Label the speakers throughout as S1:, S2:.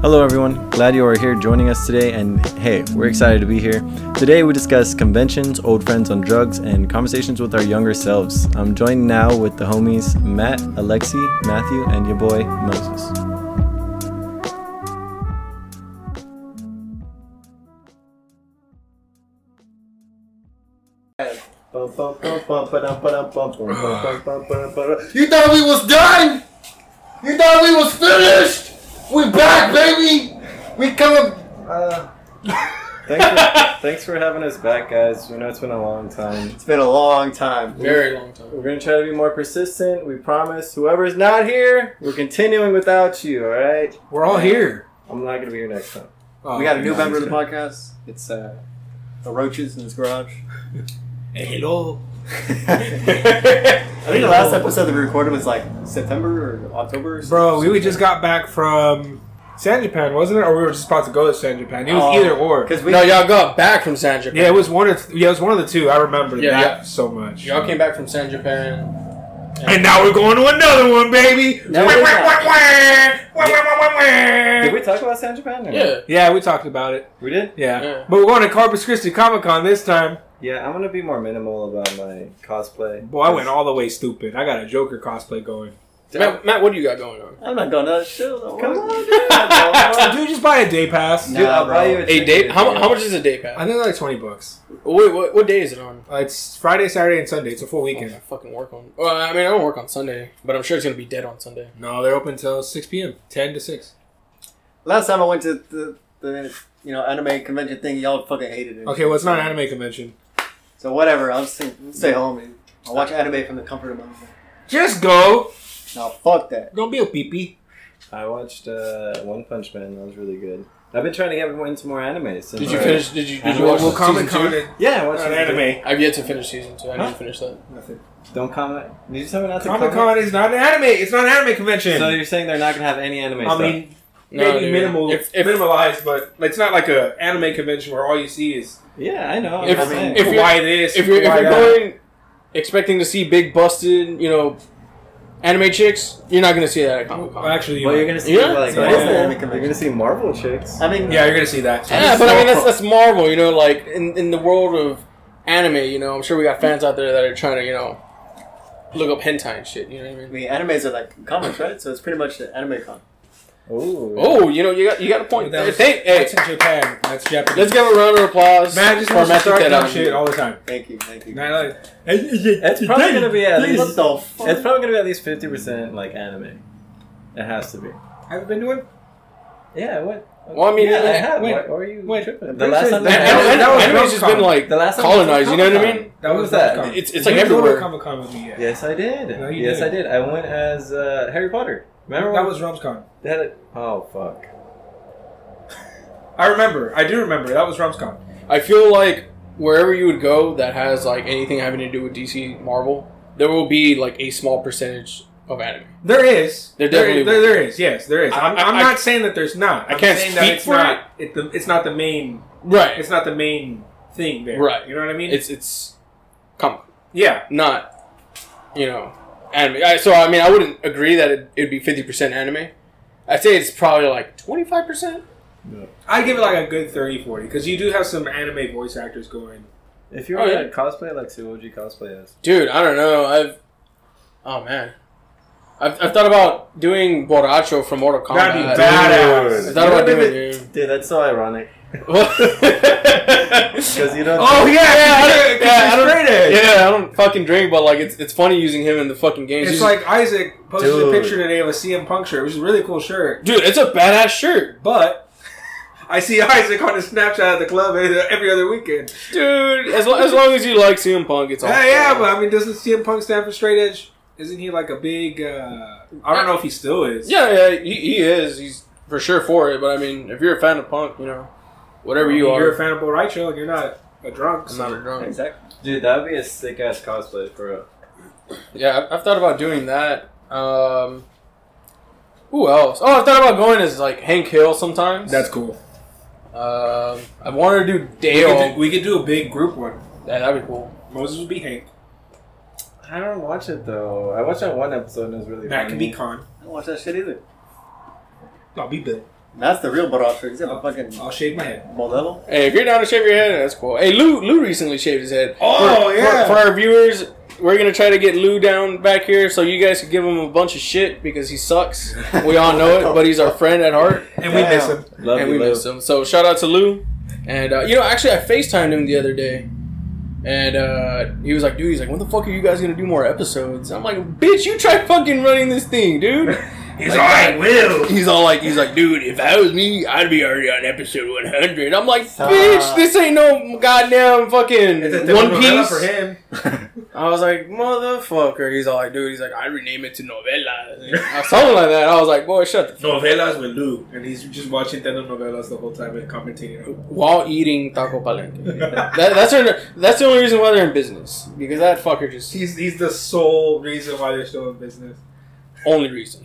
S1: Hello, everyone. Glad you are here joining us today. And hey, we're excited to be here. Today, we discuss conventions, old friends on drugs, and conversations with our younger selves. I'm joined now with the homies Matt, Alexi, Matthew, and your boy Moses.
S2: You thought we was done? You thought we was finished? We back, baby. We coming. Uh,
S1: Thanks for, thanks for having us back, guys. We know it's been a long time.
S2: it's been a long time.
S3: Very long time.
S1: We're going to try to be more persistent. We promise. Whoever's not here, we're continuing without you, all right?
S3: We're all here.
S1: I'm not going to be here next time.
S2: We got a
S3: Oh,
S2: new member of the podcast. It's uh, the Roaches in his garage.
S3: Hello.
S2: I think the last episode that we recorded was like September or October. Or
S3: Bro, we, we just got back from San Japan, wasn't it? Or we were just about to go to San Japan. It was
S2: Oh.
S3: either or.
S2: because we
S4: no, y'all got back from San Japan.
S3: Yeah, it was one of yeah, it was one of the two. I remember
S4: Yeah,
S3: that
S4: yeah.
S3: so much.
S4: Y'all came back from San Japan.
S3: And now we're going to another one, baby.
S2: No,
S3: Wah,
S2: we're
S3: wah,
S2: not.
S3: wah, wah. Wah, wah, wah, wah, wah.
S1: Did we talk about San Japan? or no?
S4: Yeah.
S3: Yeah, we talked about it.
S1: We did?
S3: Yeah.
S4: Yeah.
S3: But we're going to Corpus Christi Comic Con this time.
S1: Yeah, I'm gonna be more minimal about my cosplay.
S3: Boy, I went all the way stupid. I got a Joker cosplay going.
S4: Matt, Matt, what do you got going on?
S2: I'm not gonna chill.
S1: Come on, dude.
S3: Dude, just buy a day pass.
S1: Dude, I'll
S2: bro.
S1: buy you a
S4: A
S1: ticket,
S4: day? How,
S1: dude.
S4: mu- how much is a day
S3: I
S4: pass?
S3: think they're like 20 bucks.
S4: Wait, what, what day is it on?
S3: Uh, It's Friday, Saturday, and Sunday. It's a full
S4: Oh, I
S3: weekend.
S4: fucking work on. Well, I mean, I don't work on Sunday, but I'm sure it's gonna be dead on Sunday.
S3: No, they're open till 6 p.m. 10 to 6.
S2: Last time I went to the, the you know anime convention thing, y'all fucking hated it.
S3: Okay, well, it's not an anime convention.
S2: So whatever, I'll stay, stay home and I'll watch anime from the comfort of my home.
S3: Just go.
S2: Now fuck that.
S3: Don't be a peepee.
S1: I watched uh, One Punch Man. That was really good. I've been trying to get into more anime since.
S4: Did you
S1: I-
S4: finish? Did you? Did you
S1: Well,
S4: watch
S3: We'll
S4: season
S3: comment
S4: two?
S3: on
S1: Yeah, I watched
S3: an
S1: season
S3: anime.
S4: I've yet to finish season two. I didn't
S1: Huh?
S4: finish that.
S2: Nothing.
S1: two. Don't comment. Did you tell me not to
S3: Comic
S1: comment?
S3: Con is not an anime. It's not an anime convention.
S1: So you're saying they're not gonna have any anime
S3: I
S1: stuff?
S3: mean,
S4: No,
S3: maybe
S4: dude.
S3: minimal,
S4: If if,
S3: minimalized, but it's not like a anime convention where all you see is
S1: yeah, I know.
S4: If-
S1: I'm saying.
S4: if-
S3: why this,
S4: if you're if
S3: why
S4: you're
S3: that.
S4: going expecting to see big busted, you know, anime chicks, you're not gonna see that at Comic
S3: Well,
S4: Con.
S3: actually, you
S1: well, you're
S3: might.
S1: gonna see
S4: Yeah,
S1: like
S2: so
S3: it is
S1: Marvel.
S2: an anime
S1: You're
S2: convention.
S1: gonna see Marvel chicks.
S2: I mean,
S3: yeah, you're gonna see that.
S4: Yeah, but I mean that's that's Marvel, you know. Like in, in the world of anime, you know, I'm sure we got fans out there that are trying to, you know, look up hentai and shit. You know what I
S2: I
S4: mean?
S2: mean, animes are like comics, right? So it's pretty much the anime con.
S1: Oh.
S4: Oh, you know, you got you got a
S3: But
S4: point.
S3: that
S4: Hey,
S3: was-
S4: thank- hey,
S3: that's in Japan. That's Japanese.
S4: let's give a round of applause
S3: Matt just
S4: for
S3: wants to
S4: Matthew
S3: start that shit
S4: Tedon.
S3: all the time.
S2: Thank you, thank you.
S3: Not like,
S1: It's probably gonna be at
S2: What
S1: least.
S2: the fuck?
S1: It's probably gonna be at least fifty percent like anime. It has to be.
S3: have you been doing?
S1: Yeah, what?
S4: Well, I mean,
S1: yeah, I
S4: uh,
S1: have.
S3: wait,
S1: Why, why are you
S3: wait.
S1: tripping?
S3: The last time
S4: And-
S3: that-
S4: and- and
S3: that was
S4: Anime's just
S3: Comic-Con.
S4: been like
S1: The last time
S4: colonized. You know what I mean?
S1: Comic-Con.
S3: That
S1: What
S3: was
S1: was that?
S3: Comic-Con.
S4: It's- it's like
S3: You didn't go to
S4: everywhere.
S3: Comic Con with me yet.
S1: Yes, I did.
S3: No, you
S1: yes,
S3: didn't.
S1: I did. I went as uh, Harry Potter. Remember
S3: That
S1: when-
S3: was RumsCon.
S1: they had it? Oh fuck!
S3: I remember. I do remember. That was RumsCon.
S4: I feel like wherever you would go that has like anything having to do with DC Marvel, there will be like a small percentage of anime.
S3: There is.
S4: There definitely
S3: there, there is. Yes, there is. I'm,
S4: I-
S3: I'm
S4: I-
S3: not saying that there's not.
S4: I
S3: I'm
S4: can't
S3: saying
S4: speak
S3: that it's
S4: for
S3: not. It, the, it's not the main.
S4: Right.
S3: It's not the main thing there.
S4: Right.
S3: You know what I mean?
S4: It's it's comic.
S3: yeah.
S4: not, you know, anime. I, so I mean, I wouldn't agree that it, it'd be fifty percent anime. I'd say it's probably like twenty five percent.
S3: I'd give it like a good 30, 40 because you do have some anime voice actors going.
S1: If you
S4: Oh,
S1: were
S4: yeah.
S1: to cosplay like Suoji cosplay as,
S4: Dude, I don't know. I've, oh man, I've, I've thought about doing Boracho from Mortal Kombat.
S3: That'd be
S4: I
S3: badass.
S4: thought about
S1: You know,
S4: doing
S1: maybe-
S4: it.
S1: dude, that's so ironic
S4: Because
S1: because you don't.
S3: Oh yeah,
S4: Yeah, I don't, yeah, I
S3: it's
S4: don't,
S3: straight edge.
S4: yeah, I don't fucking drink, but like it's, it's funny using him in the fucking games.
S3: It's
S4: He's-
S3: like Isaac posted a
S1: Dude.
S3: picture today of a CM Punk shirt, which is a really cool shirt.
S4: dude, it's a badass shirt,
S3: But I see Isaac on his Snapchat at the club every other weekend.
S4: dude. As, lo- as long as you like CM Punk, it's all.
S3: Yeah, yeah,
S4: cool.
S3: but I mean, doesn't CM Punk stand for straight edge? Isn't he like a big? uh I don't know if he still is.
S4: Yeah, yeah, he, he is. He's for sure for it. But I mean, if you're a fan of punk, you know, whatever you
S3: You're a
S4: are,
S3: fan of Bo Raicho and you're not a drunk.
S4: I'm
S3: So.
S4: not a drunk.
S2: Exactly.
S1: Dude, that'd be a sick ass cosplay for real.
S4: Yeah, I've, I've thought about doing that. Um, who else? Oh, I've thought about going as like Hank Hill sometimes.
S3: That's cool.
S4: Um, I wanted to do
S3: We could,
S4: Dale.
S3: do, we could do a big group one.
S4: yeah, that'd be cool.
S3: Moses would be Hank.
S1: I don't watch it though. I watched that one episode and it was really.
S3: Matt
S1: funny.
S3: could be Con.
S2: I don't watch that shit either.
S3: Mm. I'll be Bill.
S5: That's the real Barack He's
S4: Oh.
S5: got a fucking
S3: I'll shave my head.
S5: Modelo.
S4: Hey, if you're down to shave your head, that's cool. Hey, Lou, Lou recently shaved his head.
S3: Oh,
S4: for,
S3: yeah.
S4: For, for our viewers, we're gonna try to get Lou down back here so you guys can give him a bunch of shit because he sucks. We all know it, but he's our friend at heart,
S3: And we miss him.
S6: Love
S4: and
S6: you,
S4: we
S6: Lou.
S4: miss him. So shout out to Lou. And uh, you know, actually, I Facetimed him the other day, and uh, he was like, "Dude, he's like, when the fuck are you guys gonna do more episodes?" I'm like, "Bitch, you try fucking running this thing, dude."
S3: He's alright, Will.
S4: He's all like, he's like, dude, if that was me, I'd be already on episode 100. I'm like,
S5: Stop.
S4: bitch, this ain't no goddamn fucking One
S3: for
S4: Piece.
S3: him.
S4: I was like, motherfucker. He's all like, dude, he's like, I rename it to novela. Something like that. I was like, boy, shut the f-
S3: Novelas with Lou, and he's just watching telenovelas the whole time and commentating.
S4: while eating taco palenque. that, that's, her, that's the only reason why they're in business. Because that fucker just, he's
S3: He's he's the sole reason why they're still in business.
S4: only reason.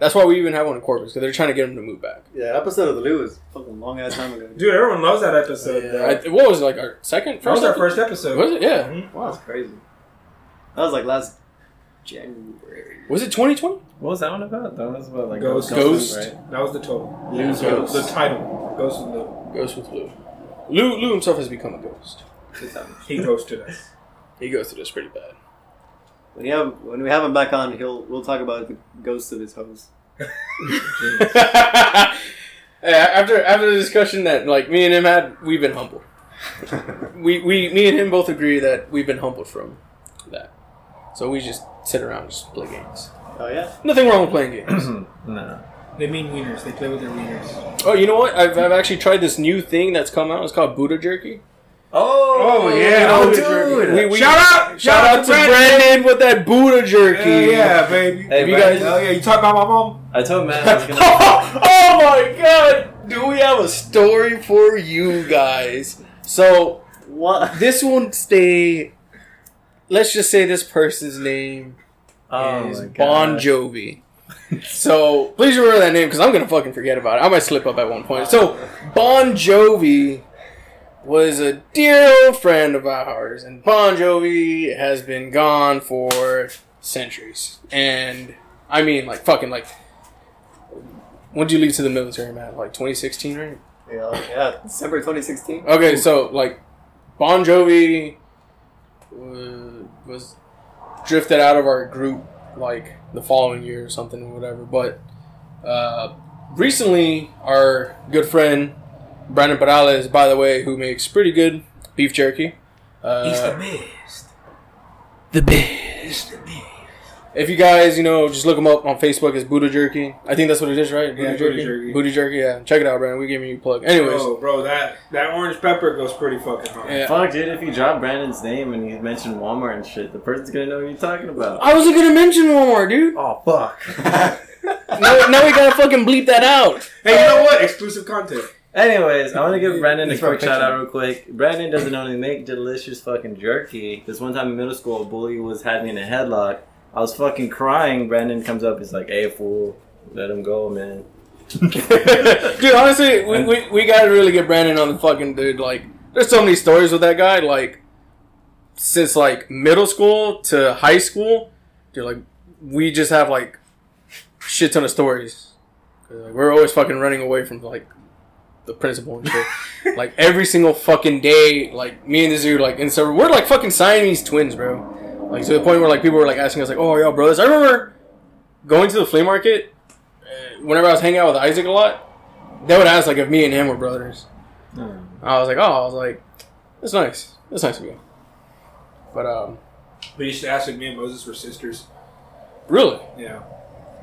S4: that's why we even have one in Corpus, because they're trying to get him to move back.
S5: Yeah, episode of the Lou was fucking long ass time ago.
S3: Dude, everyone loves that episode.
S5: Yeah.
S3: though.
S4: I, what was it, like our second?
S3: that was our
S4: epi-
S3: first episode.
S4: Was it? Yeah.
S3: Mhm.
S5: That's crazy. That was like last January.
S4: Was it 2020?
S6: What was that one about? That was about like
S3: Ghost.
S4: Ghost.
S6: right?
S3: That was the total.
S5: Lou's
S3: The-
S4: Ghost.
S3: The title. Ghost with Lou.
S4: Ghost with Lou. Lou, Lou himself has become a ghost.
S3: He ghosted us.
S4: He goes through this pretty bad.
S5: When, you have, when we have him back on, he'll we'll talk about the ghosts of his hoes.
S4: Hey, after after the discussion that like me and him had, we've been humbled.
S5: Oh,
S4: we, we me and him both agree that we've been humbled from that. So we just sit around and just play games.
S5: Oh yeah,
S4: Nothing wrong with playing games.
S6: Nah.
S3: They mean wieners. They play with their wieners.
S4: oh, you know what? I've, I've actually tried this new thing that's come out. It's called Buddha Jerky.
S6: Oh,
S3: Oh, yeah.
S6: Oh,
S3: Buddha
S6: dude.
S4: We, we,
S3: Shout out!
S4: Shout out to Brandon with that Buddha Jerky.
S3: Yeah, yeah, baby.
S6: Hey,
S4: If you
S6: Brandon.
S4: guys,
S3: Hell Oh, yeah, you talking about my mom?
S6: I told Matt I was gonna.
S4: oh, my god! Do we have a story for you guys? So
S5: what?
S4: this one stay. Let's just say this person's name
S6: Oh,
S4: is
S6: my God.
S4: Bon Jovi. so please remember that name because I'm gonna fucking forget about it. I might slip up at one point. So Bon Jovi was a dear old friend of ours, and Bon Jovi has been gone for centuries. And I mean, like fucking, like when did you leave to the military, man? Like 2016, right?
S5: Yeah, yeah, December 2016.
S4: Okay, so like Bon Jovi uh, was drifted out of our group like the following year or something or whatever. But uh, recently, our good friend Brandon Perales, by the way, who makes pretty good beef jerky. Uh,
S3: best.
S4: the best. If you guys, you know, just look him up on Facebook as Buddha Jerky. I think that's what it is, right?
S3: Yeah, Buddha Jerky.
S4: Buddha Jerky, yeah. Check it out, Brandon. We're giving you a plug. Anyways.
S3: Oh, bro, that that orange pepper goes pretty fucking hard.
S4: Yeah.
S6: Fuck, dude, if you drop Brandon's name and you mention Walmart and shit, the person's gonna know what you're talking about.
S4: I wasn't gonna mention Walmart, dude.
S6: Oh, fuck.
S4: now, now we gotta fucking bleep that out.
S3: Hey, you know what? Exclusive content.
S6: Anyways, I want to give Brandon a
S4: It's my
S6: quick shout
S4: picture.
S6: out real quick. Brandon doesn't only make delicious fucking jerky. This one time in middle school, a bully was having a headlock. I was fucking crying. Brandon comes up, he's like, "Hey fool, let him go, man."
S4: dude, honestly, we, we, we gotta really get Brandon on the fucking dude. Like, there's so many stories with that guy. Like, since like middle school to high school, dude, like, we just have like shit ton of stories. 'Cause, Like, we're always fucking running away from like the principal and shit. like every single fucking day, like me and this dude, like, and so we're like fucking Siamese twins, bro. Like to the point where like people were like asking us like, "Oh, y'all brothers?" I remember going to the flea market uh, whenever I was hanging out with Isaac a lot. They would ask like if me and him were brothers.
S3: Hmm.
S4: I was like, oh, I was like, that's nice. That's nice of you. But um,
S3: But you should ask if me and Moses were sisters.
S4: really,
S3: Yeah.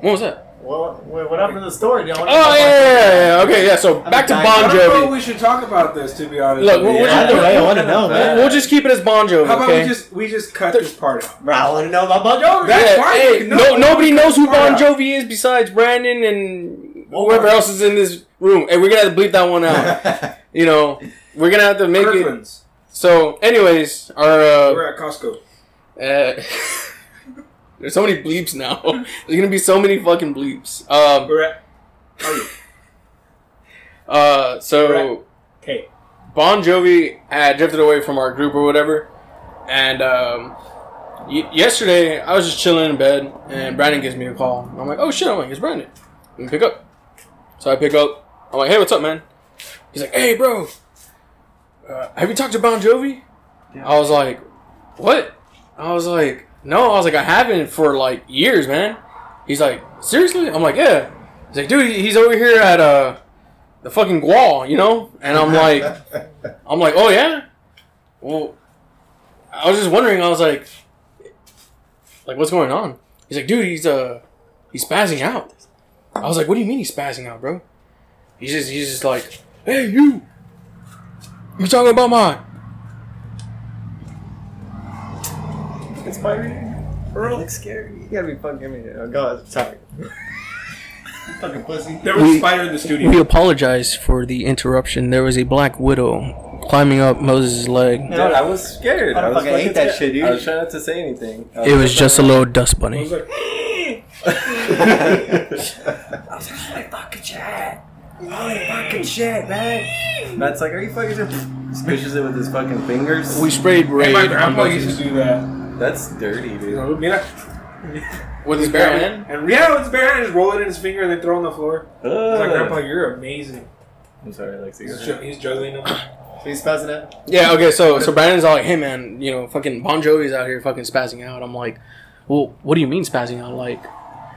S4: what was that?
S5: Well, wait, what happened to the story? Do
S4: Oh yeah, yeah, yeah, yeah. okay, yeah. So back to
S5: dying.
S4: Bon
S3: I don't know if
S4: Jovi.
S3: we should talk about this, to be honest.
S4: Look,
S3: with
S4: what-
S3: you.
S4: what-
S5: Either way, I want to know,
S4: We'll
S5: man.
S4: we'll just keep it as Bon Jovi.
S3: How about
S4: okay?
S3: we just we just cut this part out?
S5: Bro, I want to know about Bon Jovi.
S3: That- That's
S4: Yeah,
S3: fine,
S4: hey,
S3: we can-
S4: no,
S3: no,
S4: nobody knows who Bon
S5: Alright.
S4: Jovi is besides Brandon and whoever else is in this room. And we're gonna have to bleep that one out. you know, we're gonna have to make it.
S3: Kirkland's.
S4: So, anyways, our uh,
S3: We're at Costco.
S4: Uh, there's so many bleeps now. There's gonna be so many fucking bleeps. Um,
S3: We're at. Oh yeah.
S4: uh, so
S3: Correct. Hey.
S4: Bon Jovi had drifted away from our group or whatever, and um, y- yesterday I was just chilling in bed, and Brandon gives me a call. I'm like, oh shit! I'm like, it's Brandon. Let me pick up. So I pick up. I'm like, hey, what's up, man? He's like, hey, bro. Uh, have you talked to Bon Jovi? I was like, what? I was like, no. I was like, I haven't for like years, man. He's like, seriously? I'm like, yeah. He's like, dude, he's over here at uh the fucking Gual, you know? And I'm like, I'm like, oh yeah. Well, I was just wondering. I was like, like what's going on? He's like, dude, he's uh, he's spazzing out. I was like, what do you mean he's spazzing out, bro? He's just he's just like, hey you, you talking about my
S2: It's my Earl. It's scary. You gotta be fucking me. Oh god, sorry. fucking pussy.
S3: There was
S4: We-
S3: a spider in the
S4: We
S3: studio.
S4: apologize for the interruption. There was a black widow climbing up Moses' leg.
S1: Dude, I was scared.
S2: I
S1: I, was
S2: fucking hate
S1: scared.
S2: that shit, dude.
S1: I was trying not to say anything. I
S4: It was just a little dust
S3: I was
S4: bunny.
S3: like,
S1: Matt's like, are you fucking just squishes it with his fucking fingers?
S4: We sprayed raid
S3: my
S4: on
S3: grandpa used
S4: Moses
S3: to do that.
S1: That's dirty,
S3: You
S1: dude.
S3: know, mira,
S4: with his bare
S3: and,
S4: hand.
S3: and yeah, it's bare and just roll it in his finger and then throw it on the floor. I was like,
S4: Uh.
S3: Grandpa,
S1: Ugh.
S3: you're amazing.
S1: I'm sorry, Lexi.
S3: He's, ju- he's juggling them.
S2: Please pass it up.
S4: Yeah, okay, so so Brandon's all like, hey man, you know, fucking Bon Jovi's out here fucking spazzing out. I'm like, well, what do you mean spazzing out? Like,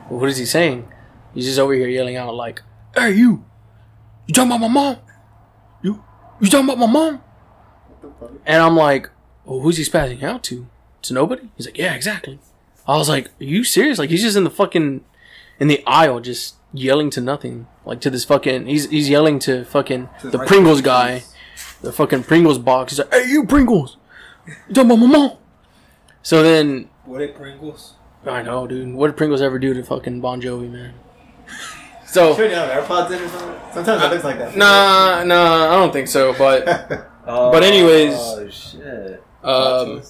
S4: what is he saying? He's just over here yelling out like, hey you, you talking about my mom? You, you talking about my mom? And I'm like, well, who's he spazzing out to? To nobody? He's like, yeah, exactly. I was like, are you serious? Like, he's just in the fucking, in the aisle, just yelling to nothing. Like, to this fucking, he's, he's yelling to fucking the
S3: right
S4: Pringles guy, the fucking Pringles box. He's like, hey, you Pringles! You talking about my mom? So then,
S3: What a Pringles.
S4: I know, dude. What did Pringles ever do to fucking Bon Jovi, man? So,
S2: Sure, you have AirPods in or something. Sometimes it looks like that.
S4: Oh. nah, nah, I don't think so, but.
S1: Oh,
S4: But anyways-
S1: Oh shit.
S4: Um,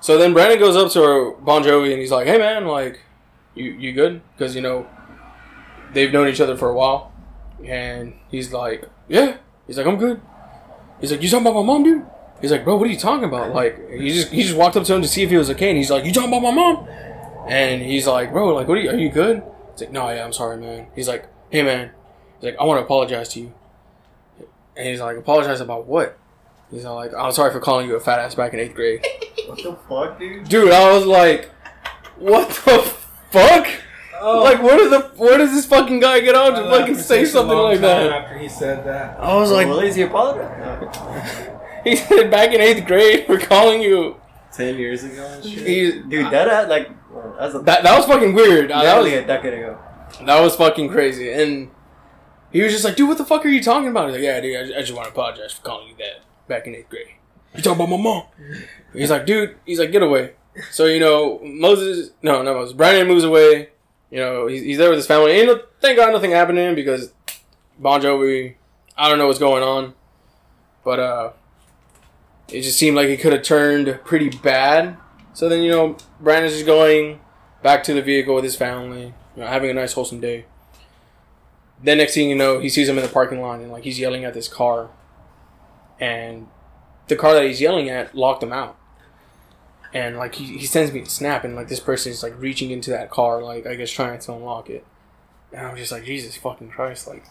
S4: so then Brandon goes up to Bon Jovi and he's like, "Hey man, like, you you good?" Because you know they've known each other for a while, and he's like, "Yeah." He's like, "I'm good." He's like, "You talking about my mom, dude?" He's like, "Bro, what are you talking about?" Like, he just he just walked up to him to see if he was okay, and he's like, "You talking about my mom?" And he's like, "Bro, like, what are you? Are you good?" He's like, "No, yeah, I'm sorry, man." He's like, "Hey man," he's like, "I want to apologize to you." And he's like, "Apologize about what?" He's all like, "I'm sorry for calling you a fat ass back in eighth grade."
S2: What the fuck, dude?
S4: dude i was like what the fuck
S3: Oh.
S4: like where does the where does this fucking guy get on to
S3: I laughed
S4: fucking
S3: for
S4: say
S3: such a
S4: something
S3: long
S4: like
S3: time
S4: that
S3: After he said that.
S4: i was
S2: well,
S4: like
S2: is he apologizing?
S4: he said back in eighth grade we're calling you
S1: Ten years ago and shit.
S4: he,
S2: Dude, that uh, like well, that's a
S4: that, that was fucking weird Uh, that
S2: literally
S4: was
S2: a decade ago.
S4: that was fucking crazy and he was just like dude what the fuck are you talking about he's like yeah dude i just, I just want to apologize for calling you that back in eighth grade you talking about my mom he's like dude he's like get away so you know moses no not moses brandon moves away you know, he's, he's there with his family. And thank God nothing happened to him because Bon Jovi, I don't know what's going on. But uh, it just seemed like it could have turned pretty bad. So then, you know, Brandon's just going back to the vehicle with his family, you know, having a nice, wholesome day. Then next thing you know, he sees him in the parking lot and, like, he's yelling at this car. And the car that he's yelling at locked him out and like he, he sends me a snap and like this person is like reaching into that car like i guess trying to unlock it and i'm just like jesus fucking christ like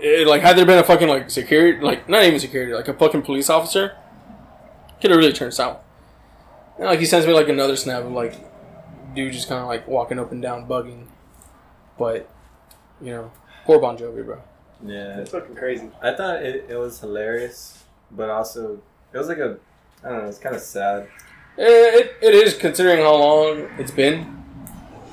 S4: it, like had there been a fucking like security like not even security like a fucking police officer could have really turned south and like he sends me like another snap of like dude just kind of like walking up and down bugging but you know poor bon jovi bro
S1: Yeah.
S2: That's fucking crazy.
S1: I thought it, it was hilarious, but also it was like a I don't know, it's kinda sad.
S4: it, it, it is considering how long it's been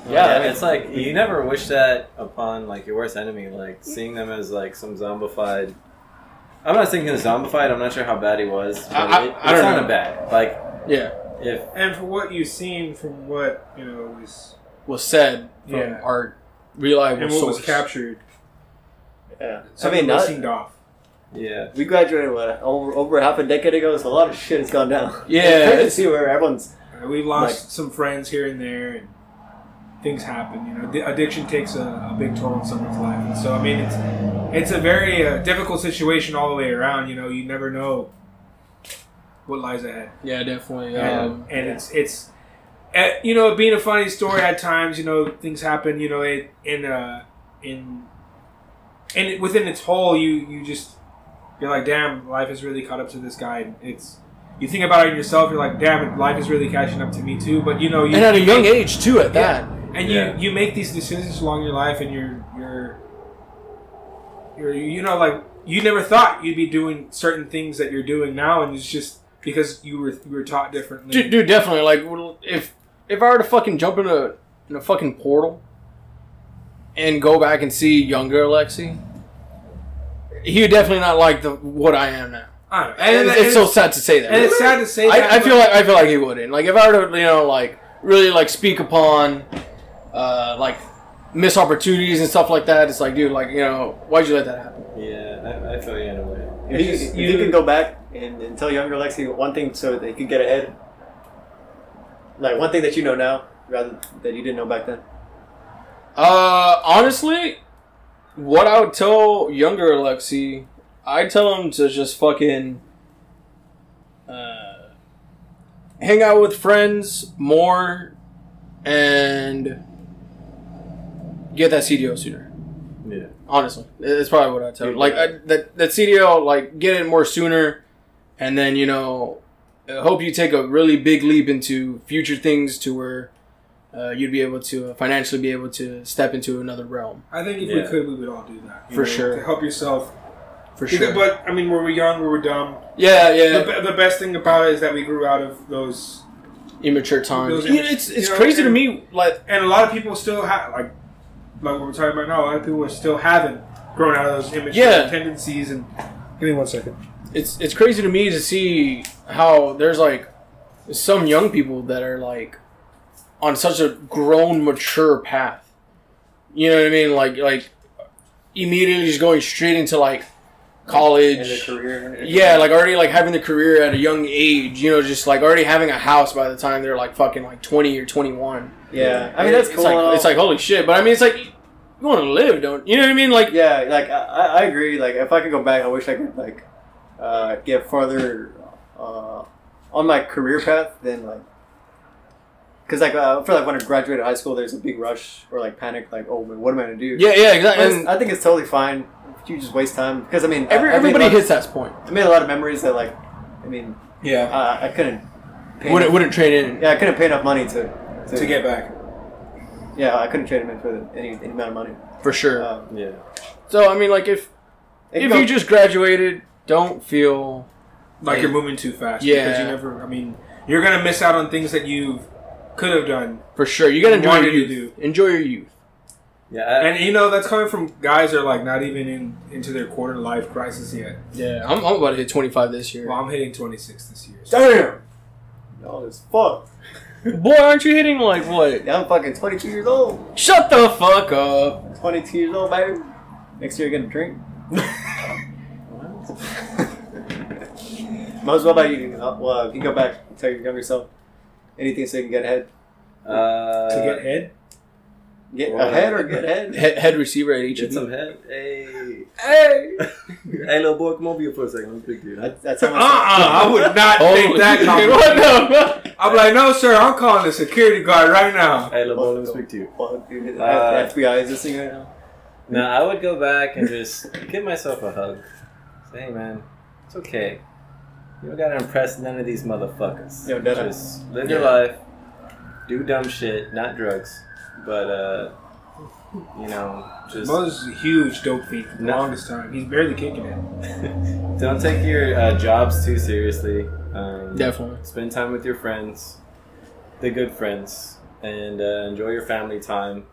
S1: Yeah, I mean, it's like you never wish that upon like your worst enemy, like seeing them as like some zombified. I'm not saying he was zombified. I'm not sure how bad he was. But
S4: I- I-
S1: it,
S4: I
S1: it's
S4: don't
S1: not
S4: know.
S1: bad. Like
S4: yeah
S1: if
S3: And from what you've seen, from what you know was
S4: was said from
S3: Yeah.
S4: our reliable
S3: and what
S4: source
S3: was captured,
S2: Yeah. I
S3: something
S2: mean,
S3: was
S2: not,
S3: seemed off.
S1: yeah,
S2: we graduated what over over half a decade ago, so a lot of shit has gone down.
S4: Yeah.
S2: It's crazy to see where everyone's
S3: Uh, We lost some friends here and there, and things happen. You know, Addi- addiction takes a, a big toll on someone's life, and so I mean, it's it's a very uh, difficult situation all the way around. You know, you never know what lies ahead,
S4: Yeah, definitely.
S3: and,
S4: Um,
S3: and it's it's. Uh, you know, being a funny story at times, you know, things happen. You know, it in uh, in and it- within its whole, you you just you're like, damn, life has really caught up to this guy. And It's you think about it yourself. You're like, damn, life is really catching up to me too. But you know, you
S4: and at a young age too. At that,
S3: and
S1: Yeah.
S3: you you make these decisions along your life, and you're you're you're you know like you never thought you'd be doing certain things that you're doing now, and it's just because you were you were taught differently.
S4: dude, dude, definitely. Like, if if I were to fucking jump in a in a fucking portal and go back and see younger Alexi, he would definitely not like the what I am now.
S3: I don't know.
S4: And,
S3: And,
S4: it's, so sad to say that.
S3: and it's sad to say that.
S4: I, I feel like
S3: but-
S4: I feel like he wouldn't. Like if I were to, you know, like really like speak upon, uh, like miss opportunities and stuff like that. It's like, dude, like you know, why'd you let that happen?
S2: Yeah, I, I feel you in a way.
S3: It's
S2: If you,
S3: just-
S2: if you could go back and, and tell younger Lexi one thing so they could get ahead, like one thing that you know now rather that you didn't know back then.
S4: Uh, honestly, what I would tell younger Alexi, I tell him to just fucking uh, hang out with friends more and get that CDO sooner.
S1: Yeah.
S4: Honestly, that's probably what I tell him.
S2: Dude,
S4: Like
S2: yeah.
S4: I, that that CDO, like get it more sooner, and then you know, I hope you take a really big leap into future things to where. Uh, you'd be able to financially be able to step into another realm
S3: I think if we
S1: Yeah.
S3: could, we would all do that you
S4: For sure.
S3: to help yourself.
S4: for sure.
S3: But I mean, were we young? Were we dumb?
S4: yeah,
S3: The,
S4: yeah,
S3: be- the best thing about it is that we grew out of those,
S4: immature times.
S3: Those-
S4: Yeah, it's it's
S3: you know,
S4: crazy to
S3: and-
S4: me. Like
S3: and a lot of people still have like like what we're talking about now. A lot of people are still haven't grown out of those immature
S4: Yeah.
S3: tendencies. And give me one second.
S4: it's it's crazy to me to see how there's like some young people that are like on such a grown, mature path. You know what I mean? Like like immediately just going straight into like
S2: And their
S4: college.
S2: career.
S4: Yeah, like already like having the career at a young age, you know, just like already having a house by the time they're like fucking like twenty or twenty one.
S2: Yeah. I mean, that's
S4: it's
S2: cool.
S4: Like,
S2: and all.
S4: it's like holy shit, but I mean, it's like you want to live, don't you know what I mean? Like
S2: yeah, like I, I I agree. Like if I could go back, I wish I could like uh, get farther uh, on my career path than like. Cause like uh, for like when I graduated high school, there's a big rush or like panic, like oh, what am I gonna do?
S4: Yeah, yeah, exactly.
S2: But it's-
S4: And
S2: I think it's totally fine. if You just waste time because I mean,
S4: every,
S2: I, I made
S4: everybody
S2: a lot-
S4: hits that point.
S2: I made a lot of memories that like, I mean,
S4: Yeah,
S2: uh, I couldn't. Pay
S4: wouldn't
S2: enough-
S4: wouldn't trade in.
S2: yeah, I couldn't pay enough money to, to,
S3: To get back.
S2: Yeah, I couldn't trade him in for the, any, any amount of money.
S4: for sure.
S2: Um,
S1: Yeah.
S4: Uh, so I mean, like if
S2: it
S4: if
S2: go-
S4: you just graduated, don't feel
S3: like
S4: Yeah.
S3: you're moving too fast.
S4: Yeah.
S3: because you never. I mean, you're gonna miss out on things that you could have done.
S4: for sure. You gotta enjoy your
S3: Wanted to
S4: youth. Enjoy your youth.
S1: Yeah. I,
S3: And you know that's coming from guys that are like not even in into their quarter life crisis yet.
S4: Yeah, I'm, I'm about to hit 25 this year.
S3: Well, I'm hitting 26 this year. So.
S2: damn. Oh, this fuck.
S4: Boy, aren't you hitting like what?
S2: Yeah, I'm fucking 22 years old.
S4: Shut the fuck up.
S2: 22 years old, baby. Next year, you're gonna drink. Most what about you? Uh, Well, if you go back, and tell your younger self anything so you can get ahead.
S1: uh,
S3: to get head,
S2: Get
S1: Well,
S2: ahead or get ahead.
S4: Head, head receiver at each
S1: Get
S4: of
S1: some
S4: you.
S1: head. Hey.
S4: Hey.
S1: E hey, little boy, come over here for a second. Let me pick you up.
S2: That- That's how
S3: uh-uh,
S2: much.
S3: I would not take that compliment.
S4: what the?
S3: Oh. I'm like, no, sir, I'm calling the security guard right now.
S1: Hey, little boy, let me speak to you.
S2: Fuck, dude. The
S1: Uh,
S2: FBI is listening right now.
S1: No, I would go back and just give myself a hug. Say, hey, man, it's okay. You don't gotta impress none of these motherfuckers.
S2: Yo, dead eye.
S1: just live your
S4: Yeah.
S1: life, do dumb shit, not drugs, but uh, you know, just
S3: Moses is a huge dope fiend for the
S1: No.
S3: longest time. He's barely kicking it.
S1: don't take your uh, jobs too seriously. Um,
S4: Definitely.
S1: Spend time with your friends, the good friends, and uh, enjoy your family time.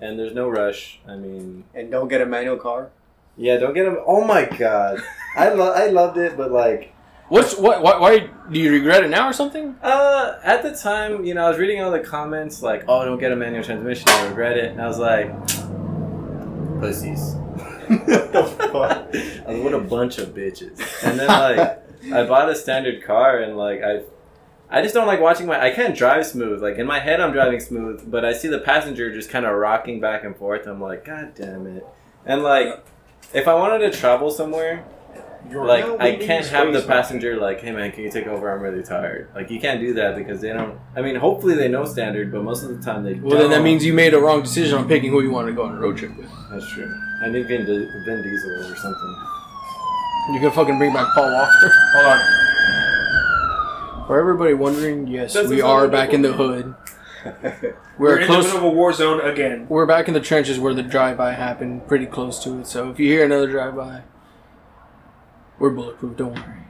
S1: And there's no rush. I mean,
S2: And don't get a manual car.
S1: yeah, don't get them. Oh my god, I lo- I loved it, but like.
S4: What's what? Why, why do you regret it now or something?
S1: Uh, at the time, you know, I was reading all the comments like, "Oh, don't get a manual transmission. I regret it." And I was like, "Pussies." I was, what a bunch of bitches. And then like, I bought a standard car, and like, I, I just don't like watching my. I can't drive smooth. Like in my head, I'm driving smooth, but I see the passenger just kind of rocking back and forth. I'm like, "God damn it!" And like, if I wanted to travel somewhere,
S3: You're
S1: Like
S3: no, we
S1: I
S3: need
S1: can't
S3: space
S1: have the
S3: now.
S1: passenger like, hey man, can you take over? I'm really tired. Like you can't do that because they don't. I mean, hopefully they know standard, but most of the time they.
S4: Well, then that means you made a wrong decision on picking who you wanted to go on a road trip with.
S1: that's true. I need Vin, Di- Vin Diesel or something.
S4: You can fucking bring back Paul Walker.
S3: Hold on.
S4: For everybody wondering, yes,
S1: That's
S4: we
S1: his
S4: are
S1: own
S4: back in the hood. We're,
S3: in
S4: close.
S3: the middle of a war zone again.
S4: we're back in the trenches where the drive-by happened, pretty close to it. So if you hear another drive-by, we're bulletproof. Don't worry.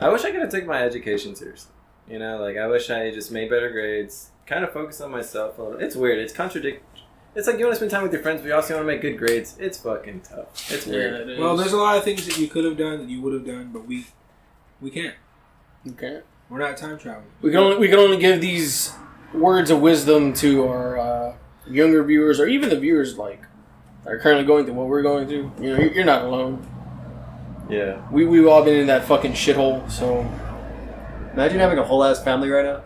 S1: I wish I could have taken my education seriously. You know, like I wish I just made better grades, kind of focused on myself a little. It's weird. It's contradict. It's like you want to spend time with your friends, but you also want to make good grades. It's fucking tough. It's weird.
S3: Well, there's a lot of things that you could have done that you would have done, but we we can't.
S4: okay.
S3: We're not time traveling.
S4: We can only we can only give these words of wisdom to our uh, younger viewers, or even the viewers like that are currently going through what we're going through. You know, you're, you're not alone.
S1: Yeah.
S4: We we've all been in that fucking shithole. So
S2: Imagine having a whole ass family right now.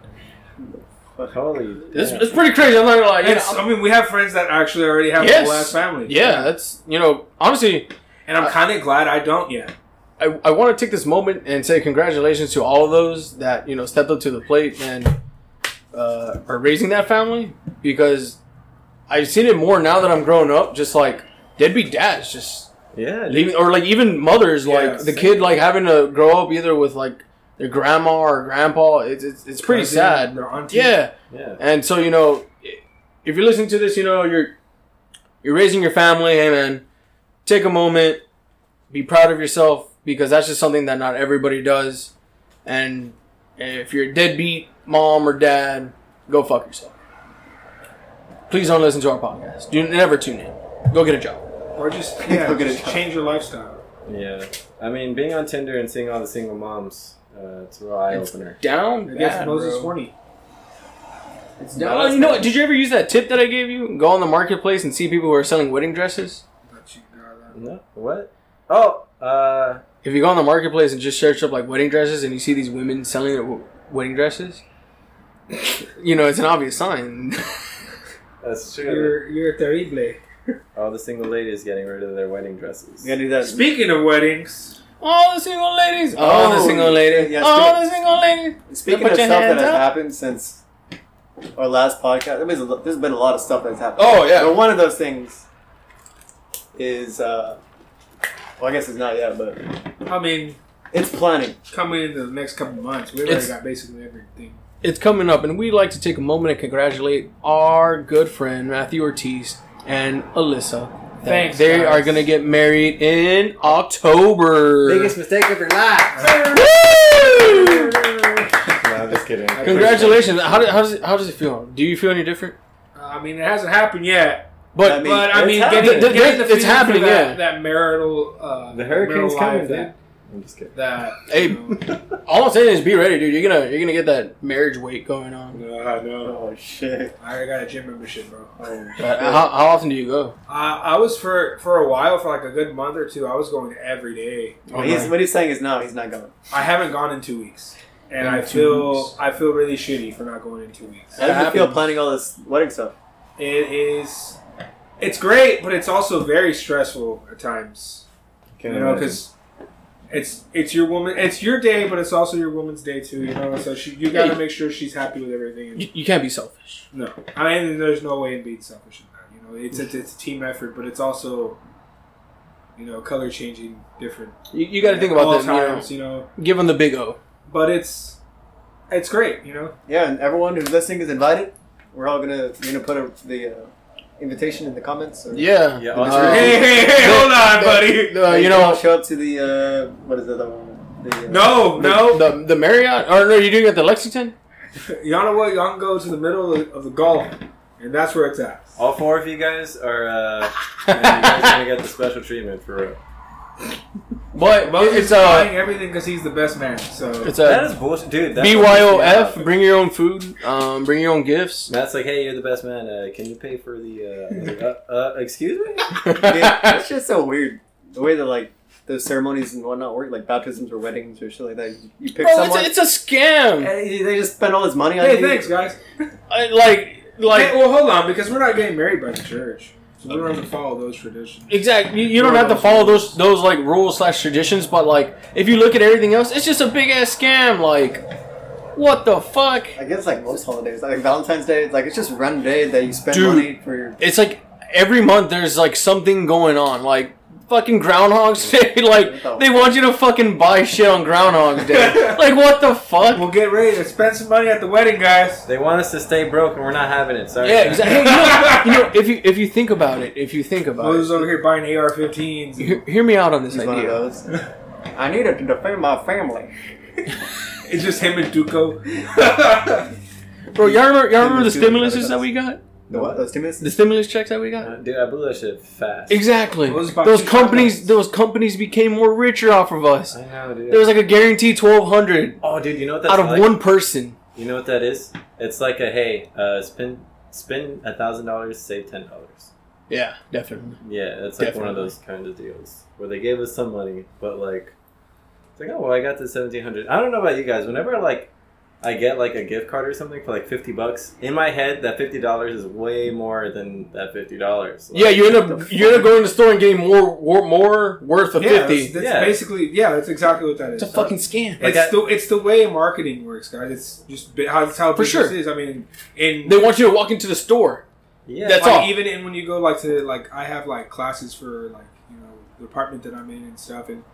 S1: Holy.
S4: it's, it's pretty crazy. uh, I'm not gonna lie. You
S3: It's,
S4: know,
S3: I mean, we have friends that actually already have
S4: Yes.
S3: a whole ass family.
S4: yeah, that's you know honestly.
S3: And I'm kind of glad I don't yet.
S4: I, I want to take this moment and say congratulations to all of those that you know stepped up to the plate and uh, are raising that family because I've seen it more now that I'm grown up. Just like deadbeat dads, just
S1: Yeah. dude.
S4: leaving, or like even mothers,
S3: Yeah,
S4: like the
S3: same.
S4: kid like having to grow up either with like their grandma or grandpa. It's it's, it's pretty
S3: Cousin,
S4: sad.
S3: Their auntie.
S4: Yeah,
S1: Yeah.
S4: and so you know, if you're listening to this, you know you're you're raising your family. Hey man, take a moment, be proud of yourself because that's just something that not everybody does. And if you're a deadbeat mom or dad, go fuck yourself. Please don't listen to our podcast. Do never tune in. Go get a job.
S3: Or just, yeah,
S2: Go get a
S3: just
S2: job.
S3: change your lifestyle.
S1: Yeah. I mean, being on Tinder and seeing all the single moms, uh, it's a real eye opener.
S4: Down
S3: I guess
S4: bad,
S3: Moses
S4: bro.
S3: horny.
S2: It's
S4: Oh, you know what? Did you ever use that tip that I gave you? Go on the marketplace and see people who are selling wedding dresses.
S3: But you got
S1: No. What? Oh. Uh.
S4: If you go on the marketplace and just search up like wedding dresses and you see these women selling their w- wedding dresses, you know, it's an obvious sign.
S1: That's
S3: that.
S1: true.
S3: You're, you're terrible.
S1: All the single ladies getting rid of their wedding dresses.
S2: You gotta do that.
S3: Speaking of weddings,
S4: All the single ladies. All the
S2: Oh,
S4: single ladies.
S2: yeah,
S4: all the single ladies.
S2: Speaking
S4: Put
S2: of
S4: your
S2: stuff that
S4: hands
S2: has
S4: up.
S2: happened since our last podcast, I mean, there's a lo- there's been a lot of stuff that's happened.
S4: Oh, yeah.
S2: But one of those things is, uh, well, I guess it's not yet, but
S3: I mean,
S2: it's planning.
S3: coming into the next couple of months, we
S4: It's-
S3: already got basically everything.
S4: It's coming up, and we'd like to take a moment and congratulate our good friend Matthew Ortiz and Alyssa. that
S3: Thanks,
S4: They
S3: guys.
S4: are going to get married in October.
S1: mistake of your life.
S4: Woo!
S1: no, just kidding.
S4: Congratulations. How, do- how, does it, how does it feel? Do you feel any different?
S3: Uh, I mean, it hasn't happened yet,
S4: But
S2: I mean,
S3: but I
S2: it's
S3: mean,
S2: happening.
S3: getting,
S4: Th- th-
S3: getting the
S4: it's
S3: feeling for
S4: happening,
S3: That,
S4: yeah.
S3: that marital, uh,
S1: The hurricane's
S3: marital
S1: coming,
S3: life,
S1: dude.
S3: That,
S1: I'm just kidding.
S3: that
S4: Hey.
S3: you know,
S4: All I'm saying is be ready, dude. You're gonna you're gonna get that marriage weight going on.
S3: No, no.
S2: Oh, shit.
S3: I already got a gym membership, bro. Oh.
S4: Uh, how, how often do you go?
S3: I, I was for for a while, for like a good month or two, I was going every day.
S4: Oh,
S2: What he's, what he's saying is no, he's not going.
S3: I haven't gone in two weeks, and
S4: In
S3: I
S4: two
S3: feel
S4: weeks.
S3: I feel really shitty for not going in two weeks.
S2: How does it feel
S4: happens.
S2: planning all this wedding stuff?
S3: It is, it's great, but it's also very stressful at times. you know, because it's it's your woman, it's your day, but it's also your woman's day too. You know, so she, you got to make sure she's happy with everything.
S4: You, you can't be selfish.
S3: No, I mean, there's no way in being selfish in that. You know, it's a, it's a team effort, but it's also, you know, color changing different.
S4: You, you got to think
S3: at all
S4: about that.
S3: times, you know.
S4: You know, give them the big O.
S3: But it's it's great, you know.
S2: Yeah, and everyone who's listening is invited. We're all gonna you're gonna put a, the uh, invitation in the comments. Or,
S4: Yeah.
S1: Yeah,
S2: Uh,
S1: Oscar-
S3: hey, hey, hey, hold on, buddy.
S4: Uh,
S2: Or
S4: you
S2: can all
S4: know
S2: show up to the uh, what is that the one? The, uh,
S3: No, no.
S4: the the Marriott or no? You're doing it at the Lexington.
S3: Y'all know what? Y'all can go to the middle of, of the Gulf, and that's where it's at.
S1: All four of you guys are. Uh, man, you guys are gonna get the special treatment for real.
S4: But
S3: Moses
S4: it's uh,
S3: is
S4: a
S3: buying everything because he's the best man. So
S4: it's uh,
S1: That is
S4: a
S1: bullshit, dude. that's what pisses me
S4: BYOF.
S1: off.
S4: Bring your own food. Um, bring your own gifts.
S1: Matt's like, hey, you're the best man. Uh, can you pay for the? Uh, uh, uh, excuse me.
S2: Dude, that's just so weird. The way that like those ceremonies and whatnot work, like baptisms or weddings or shit like that. You, you
S4: Bro,
S2: pick
S4: it's
S2: someone,
S4: a, it's a scam.
S2: and they- they just spend all this money on
S3: hey,
S2: you.
S3: thanks, guys.
S4: I- like like
S3: hey, well, hold on, because we're not getting married by the church. So we don't have to follow those traditions.
S4: Exactly. You, you don't have to follow those those like rules slash traditions, but like if you look at everything else, it's just a big ass scam. Like, what the fuck?
S2: I guess like most holidays, like Valentine's Day, like it's just a random day that you spend
S4: Dude.
S2: money for your.
S4: It's like every month there's like something going on. Like fucking Groundhog's Day. Like they want you to fucking buy shit on Groundhog's Day. like what the fuck?
S3: We'll get ready to spend some money at the wedding, guys.
S1: They want us to stay broke, and we're not having it. Sorry.
S4: Yeah, exactly. You know, you know, if you if you think about it, if you think about
S3: Moses
S4: it,
S3: over here buying AR-15s.
S4: hear, hear me out on this
S2: He's one of
S4: idea.
S2: those. I needed to defend my family.
S3: It's just him and Duco.
S4: Bro, y'all remember, y'all remember the
S2: Dude,
S4: stimuluses that we got?
S2: The what? Those stimulus?
S4: The stimulus checks that we got?
S1: Uh, Dude, I blew that shit fast.
S4: Exactly.
S3: What was about
S4: Those
S3: two
S4: companies,
S3: times?
S4: those companies became more richer off of us.
S1: I know, dude.
S4: There was like a guaranteed twelve hundred
S1: oh, dude, you know what that's
S4: out of
S1: like?
S4: one person.
S1: You know what that is? It's like a hey, uh, spend spend a thousand dollars, save ten dollars.
S4: Yeah, definitely.
S1: Yeah, that's like one of
S4: Definitely.
S1: those kind of deals where they gave us some money, but like, it's like, oh, well, I got this seventeen hundred. I don't know about you guys. Whenever like, I get like a gift card or something for like fifty bucks, in my head that fifty dollars is way more than that fifty dollars.
S4: Yeah, you end up you end up going to the store and getting more more, more worth of
S3: Yeah, that's,
S4: fifty.
S3: that's
S1: Yeah.
S3: basically yeah. That's exactly what that is.
S4: It's a fucking scam.
S1: Like
S3: It's
S1: I-
S3: the it's the way marketing works, guys. It's just bi- how it's how
S4: For
S3: business
S4: sure.
S3: is. I mean, in
S4: They want you to walk into the store.
S1: yeah,
S4: that's
S1: like-
S4: all.
S3: like, even in when you go like to like I have like classes for like you know the apartment that I'm in and stuff, and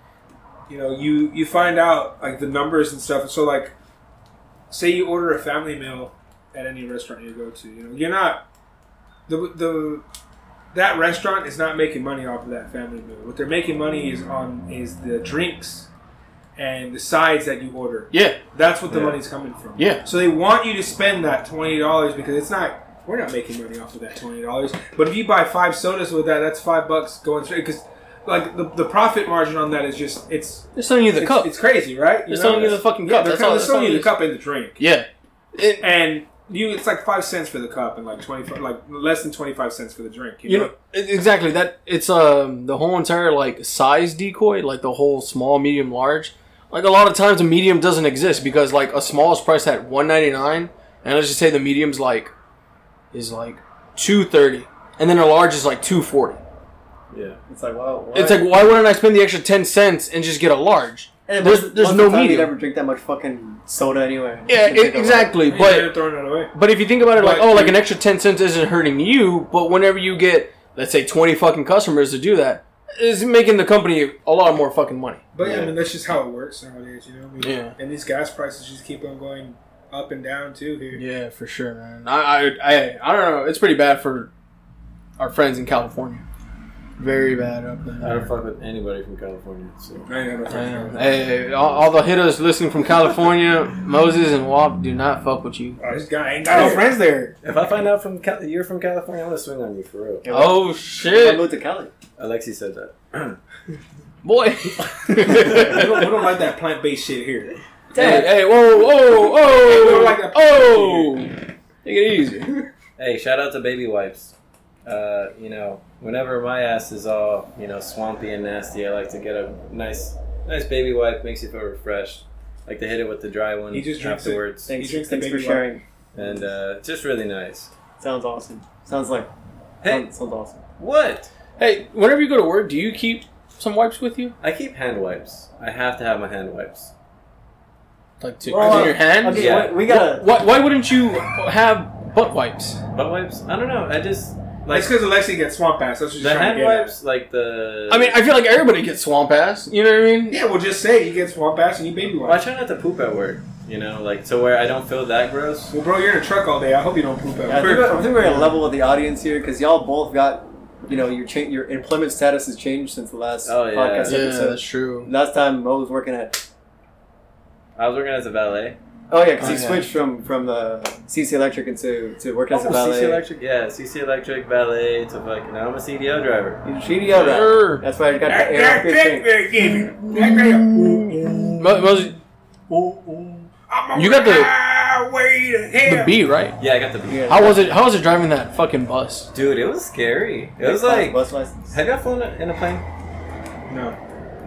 S3: you know you you find out like the numbers and stuff. So like, say you order a family meal at any restaurant you go to, you know you're not the the that restaurant is not making money off of that family meal. What they're making money is on is the drinks and the sides that you order.
S4: Yeah,
S3: That's what the
S1: Yeah.
S3: money's coming from.
S4: Yeah.
S3: So they want you to spend that twenty dollars because it's not. We're not making money off of that twenty dollars. But if you buy five sodas with that, that's five bucks going straight. Because like the, the profit margin on that is just it's
S4: they're selling you the
S3: it's,
S4: cup.
S3: it's crazy, right?
S4: They're selling you the fucking
S3: yeah,
S4: cup.
S3: they're,
S4: That's
S3: kind
S4: all.
S3: of
S4: That's all
S3: selling you
S4: it
S3: the
S4: is.
S3: cup and the drink,
S4: Yeah, It-
S3: and you it's like five cents for the cup and like twenty five like less than twenty five cents for the drink. You,
S4: you
S3: know?
S4: know e- exactly that. It's um the whole entire like size decoy, like the whole small, medium, large. Like a lot of times, a medium doesn't exist because like a small is priced at one ninety nine, and let's just say the medium's like is like two thirty, and then a large is like two forty.
S1: yeah.
S2: It's like wow. What?
S4: It's like why wouldn't I spend the extra ten cents and just get a large?
S2: And
S4: there's-
S2: most-
S4: there's
S2: most
S4: no
S2: of the time
S4: medium.
S2: You never drink that much fucking soda anyway.
S4: Yeah,
S2: You drink
S4: e-
S2: a lot.
S4: exactly. But
S3: You're throwing it away.
S4: But if you think about it, like,
S3: But
S4: oh, like
S3: you-
S4: an extra ten cents isn't hurting you, but whenever you get, let's say, twenty fucking customers to do that, is making the company a lot more fucking money.
S3: But yeah. I
S1: Yeah.
S3: mean that's just how it works nowadays. You know, what I mean,
S4: Yeah.
S3: And these gas prices just keep on going up and down too here.
S4: Yeah, for sure, man. I, I, I, I don't know. It's pretty bad for our friends in California. Very bad up
S1: I don't fuck with anybody from California. So
S3: I ain't got no fucking-
S4: Hey, all, all the hitters listening from California, Moses and Wap, do not fuck with you.
S3: Oh, this guy ain't
S2: I
S3: got
S2: have
S3: no
S2: friends there.
S1: if I find out from Cal- you're from California, I'm gonna swing on you for real.
S2: Yeah,
S4: Oh
S2: I
S4: shit,
S2: moved to Cali.
S1: Alexi said that.
S4: boy!
S3: we, don't, we
S4: hey,
S3: don't like that plant based shit here.
S4: hey, whoa, whoa,
S3: don't like
S4: whoa,
S3: that-
S4: oh! Take it easy.
S1: Hey, shout out to baby wipes. Uh, you know, whenever my ass is all you know swampy and nasty, I like to get a nice, nice baby wipe. Makes you feel refreshed. Like to hit it with the dry one
S3: He just drinks it.
S1: afterwards,
S2: Thanks,
S3: drinks the
S2: thanks for
S3: baby
S2: sharing.
S1: and uh, it's just really nice.
S2: Sounds awesome. Sounds like
S1: Hey,
S3: Um,
S2: sounds, sounds awesome.
S1: what?
S4: Hey, whenever you go to work, do you keep some wipes with you?
S1: I keep hand wipes. I have to have my hand wipes.
S4: Like to
S2: Well,
S4: in your hand?
S2: Okay,
S1: Yeah.
S2: we, we gotta.
S4: Why, why wouldn't you have butt wipes?
S1: Butt wipes? I don't know. I just
S3: Like,
S1: like
S3: it's because Alexi gets swamp ass. That's what she's
S1: the
S3: trying
S1: hand
S3: to get. At.
S1: wipes. Like the
S4: I mean, I feel like everybody gets swamp ass. You know what I mean?
S3: Yeah, well, just say you get swamp ass and you baby
S1: Well, I
S3: watch.
S1: try not to poop at work. You know, like to where I don't feel that gross.
S3: Well, bro, you're in a truck all day. I hope you don't poop
S2: Yeah, I
S3: out.
S2: think, we're, I
S3: work.
S2: think we're gonna level with the audience here because y'all both got, you know, your cha- your employment status has changed since the last
S1: Oh, yeah.
S2: podcast
S1: Yeah,
S2: episode.
S4: true.
S2: Last time Mo was working at.
S1: I was working as a valet.
S2: Oh yeah, because
S4: Oh,
S2: he
S4: yeah.
S2: switched from from the CC Electric into to working as a
S1: Oh, CC
S2: valet.
S1: Electric, yeah, CC Electric valet to fucking. Now I'm a CDL driver.
S2: You CDL rep.
S4: Sure.
S2: That's why I got
S3: That-
S2: the
S3: that
S2: air
S3: dick
S2: thing.
S3: there, give me. That girl.
S4: Mo- Moses,
S3: I'm on
S4: You got the-
S3: highway to
S4: the
S3: hell.
S4: B, right?
S1: Yeah, I got the beat.
S2: Yeah.
S4: How was it? How was it driving that fucking bus?
S1: Dude, it was scary. It was like,
S2: bus license.
S1: have y'all flown in a plane?
S3: No,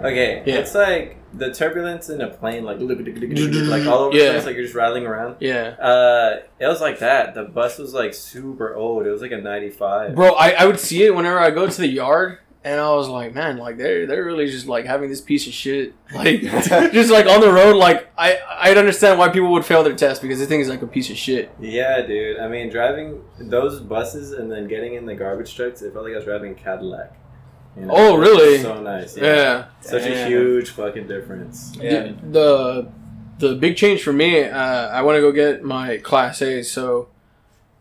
S1: Okay,
S4: Yeah.
S1: it's like the turbulence in a plane, like like all over the
S4: Yeah.
S1: place, like you're just rattling around.
S4: Yeah.
S1: Uh, it was like that. The bus was like super old. It was like a '95.
S4: Bro, I, I would see it whenever I go to the yard and I was like, man, like they're they're really just like having this piece of shit. Like just like on the road, like I I'd understand why people would fail their test because this thing is like a piece of shit.
S1: Yeah, dude. I mean, driving those buses and then getting in the garbage trucks, it felt like I was driving a Cadillac. You know?
S4: Oh, really?
S1: So nice. Yeah.
S4: Yeah.
S1: Such a
S2: Damn.
S1: huge fucking difference.
S2: Yeah.
S4: The the big change for me, uh, I want to go get my class A, so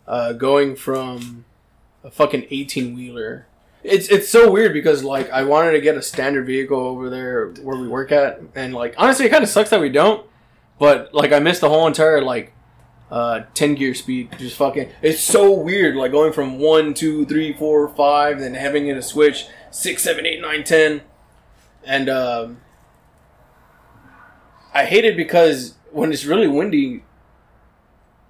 S4: uh, going from a fucking 18 wheeler. It's it's so weird because like I wanted to get a standard vehicle over there where we work at and like honestly it kind of sucks that we don't, but like I missed the whole entire like uh, 10 gear speed just fucking it's so weird like going from one two three four five then having it a switch six seven eight nine ten and um I hate it because when it's really windy,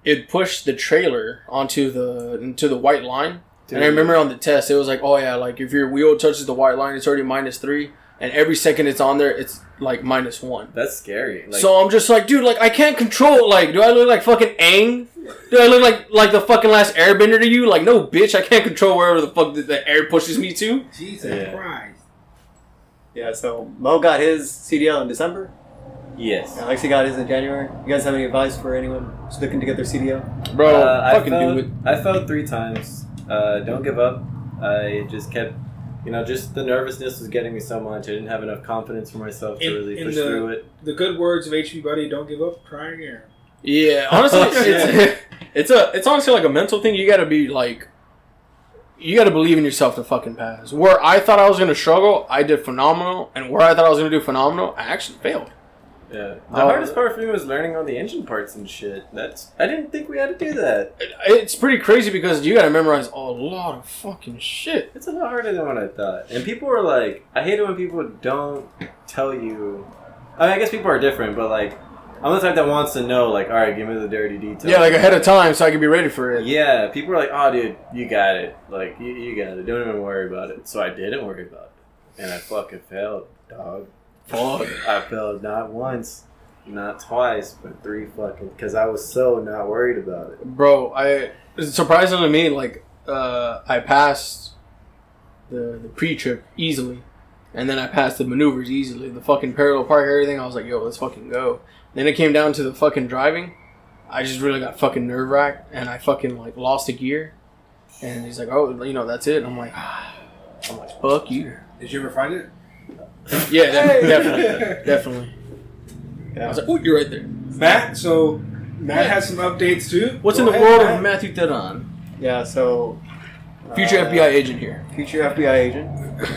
S4: it pushed the trailer onto the into the white line. And I remember on the test, it was like, oh yeah, like if your wheel touches the white line, it's already minus three, and every second it's on there, it's like minus one.
S1: That's scary. Like,
S4: so I'm just like, dude, like I can't control. Like, do I look like fucking Aang? Do I look like like the fucking last Airbender to you? Like, no, bitch, I can't control wherever the fuck the, the air pushes me to.
S3: Jesus
S1: Yeah.
S3: Christ.
S2: Yeah, so Mo got his CDL in December.
S1: yes.
S2: and Alexi got his in January. You guys have any advice for anyone who's looking to get their CDL?
S4: Bro,
S1: Uh, I
S4: fucking
S1: failed,
S4: do it.
S1: I failed three times. Uh, don't give up. I just kept, you know, just the nervousness was getting me so much. I didn't have enough confidence for myself to
S3: In-
S1: really
S3: in
S1: push
S3: the-
S1: through it.
S3: The good words of HB Buddy, don't give up, try again.
S4: Yeah, honestly, it's, it's a it's honestly like a mental thing. You got to be like, you got to believe in yourself to fucking pass. Where I thought I was gonna struggle, I did phenomenal, and where I thought I was gonna do phenomenal, I actually failed.
S1: Yeah. The
S4: Oh.
S1: hardest part for me was learning all the engine parts and shit. That's I didn't think we had to do that.
S4: It- it's pretty crazy because you got to memorize a lot of fucking shit.
S1: It's a lot harder than what I thought. And people were like, I hate it when people don't tell you. I mean, I guess people are different, but like, I'm the type that wants to know. Like, all right, give me the dirty details.
S4: Yeah, like ahead of time, so I could be ready for it.
S1: Yeah, people were like, "Oh, dude, you got it. Like, you, you got it. Don't even worry about it." So I didn't worry about it, and I fucking failed, dog.
S4: Fuck.
S1: I failed not once, not twice, but three fucking because I was so not worried about it.
S4: bro i surprising to me like uh i passed the the pre-trip easily and then i passed the maneuvers easily the fucking parallel park everything i was like yo let's fucking go then it came down to the fucking driving i just really got fucking nerve wracked and i fucking like lost a gear and he's like oh you know that's it and i'm like i'm like fuck you
S3: Did you ever find it?
S4: yeah def- definitely definitely I was like, oh, you're right there.
S3: Matt, so Matt has some updates too.
S4: What's
S3: Go
S4: in the
S3: ahead,
S4: world
S3: Matt.
S4: of Matthew Theron?
S2: Yeah, so
S4: Future
S2: uh,
S4: FBI agent here.
S2: future FBI agent.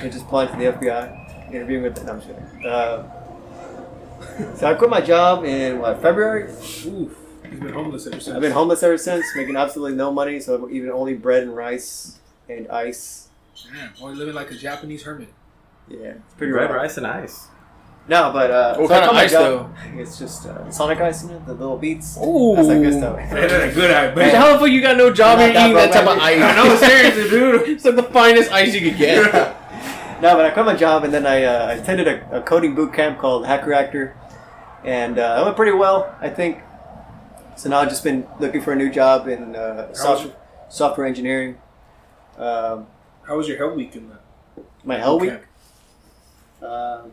S2: I just applied for the FBI, interviewing with. No, I'm just kidding. Uh, so I quit my job in what February.
S3: Oof, he's been homeless ever since.
S2: I've been homeless ever since, making absolutely no money. So I'm eating only bread and rice and ice.
S3: Man, boy, living like a Japanese hermit.
S2: Yeah, it's pretty
S1: Bread,
S2: rough.
S1: rice, and ice.
S2: No, but uh,
S4: What
S2: so I
S4: kind of
S2: quit my
S4: ice,
S2: job. It's just uh, Sonic ice, you know, the little beats.
S4: Ooh,
S2: That's like good stuff.
S3: That ain't good, I
S4: What the
S3: bet.
S4: hell the fuck you got no job
S2: Not
S4: and
S2: that
S4: eating that type of ice?
S2: bad.
S4: I know, seriously, dude. It's like the finest ice you could get.
S2: No, but I quit my job and then I uh, I attended a, a coding boot camp called Hacker Actor, and uh, it went pretty well, I think. So now I've just been looking for a new job in uh, software, software engineering. Um,
S3: How was your hell week in that?
S2: my hell
S3: Okay.
S2: week. Um,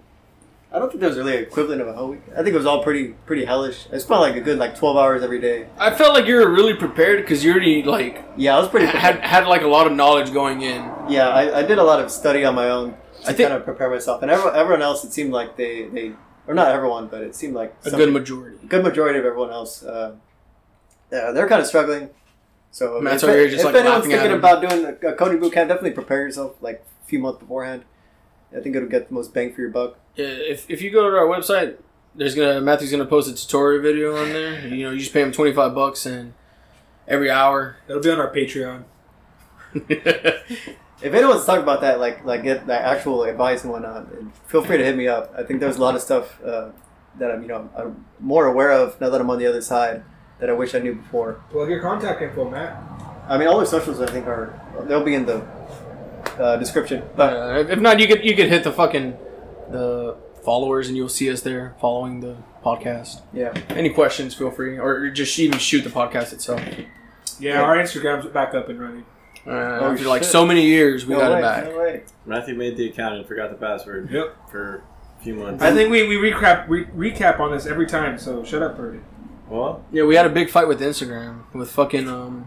S2: I don't think there was really an equivalent of a hell week. I think it was all pretty pretty hellish. I spent like a good like twelve hours every day.
S4: I felt like you were really prepared because you already like
S2: Yeah, I was pretty.
S4: had had like a lot of knowledge going in.
S2: Yeah, I, I did a lot of study on my own to
S4: I think-
S2: kind of prepare myself, and everyone, everyone else it seemed like they they or not everyone, but it seemed like
S4: A
S2: some-
S4: good majority.
S2: good majority of everyone else, uh, yeah, they're kind of struggling. So
S4: And that's
S2: if,
S4: why you're
S2: if
S4: just, like,
S2: anyone's
S4: laughing at
S2: thinking
S4: them.
S2: about doing a, a coding bootcamp, definitely prepare yourself like a few months beforehand. I think it'll get the most bang for your buck.
S4: Yeah, if if you go to our website, there's gonna Matthew's gonna post a tutorial video on there. You know, you just pay him twenty five bucks and every hour.
S3: That'll be on our Patreon.
S2: If anyone's talking about that, like like get that actual advice and whatnot, and feel free to hit me up. I think there's a lot of stuff uh, that I'm you know I'm more aware of now that I'm on the other side that I wish I knew before.
S3: Plug your contact info, Matt.
S2: I mean, all their socials I think are they'll be in the uh, description. But
S4: Uh, if not, you could you could hit the fucking the followers, and you'll see us there following the podcast.
S2: Yeah.
S4: Any questions, feel free, or just even shoot the podcast itself.
S3: Yeah, our Instagram's back up and running.
S4: Uh,
S2: Oh,
S4: after like
S2: shit.
S4: so many years, we
S2: No
S4: got
S2: way,
S4: it back.
S2: no way.
S1: Matthew made the account and forgot the password
S3: Yep.
S1: for a few months.
S3: I think we, we recap re- recap on this every time, so shut up, Purdy.
S1: Well,
S4: Yeah, we had a big fight with Instagram with fucking um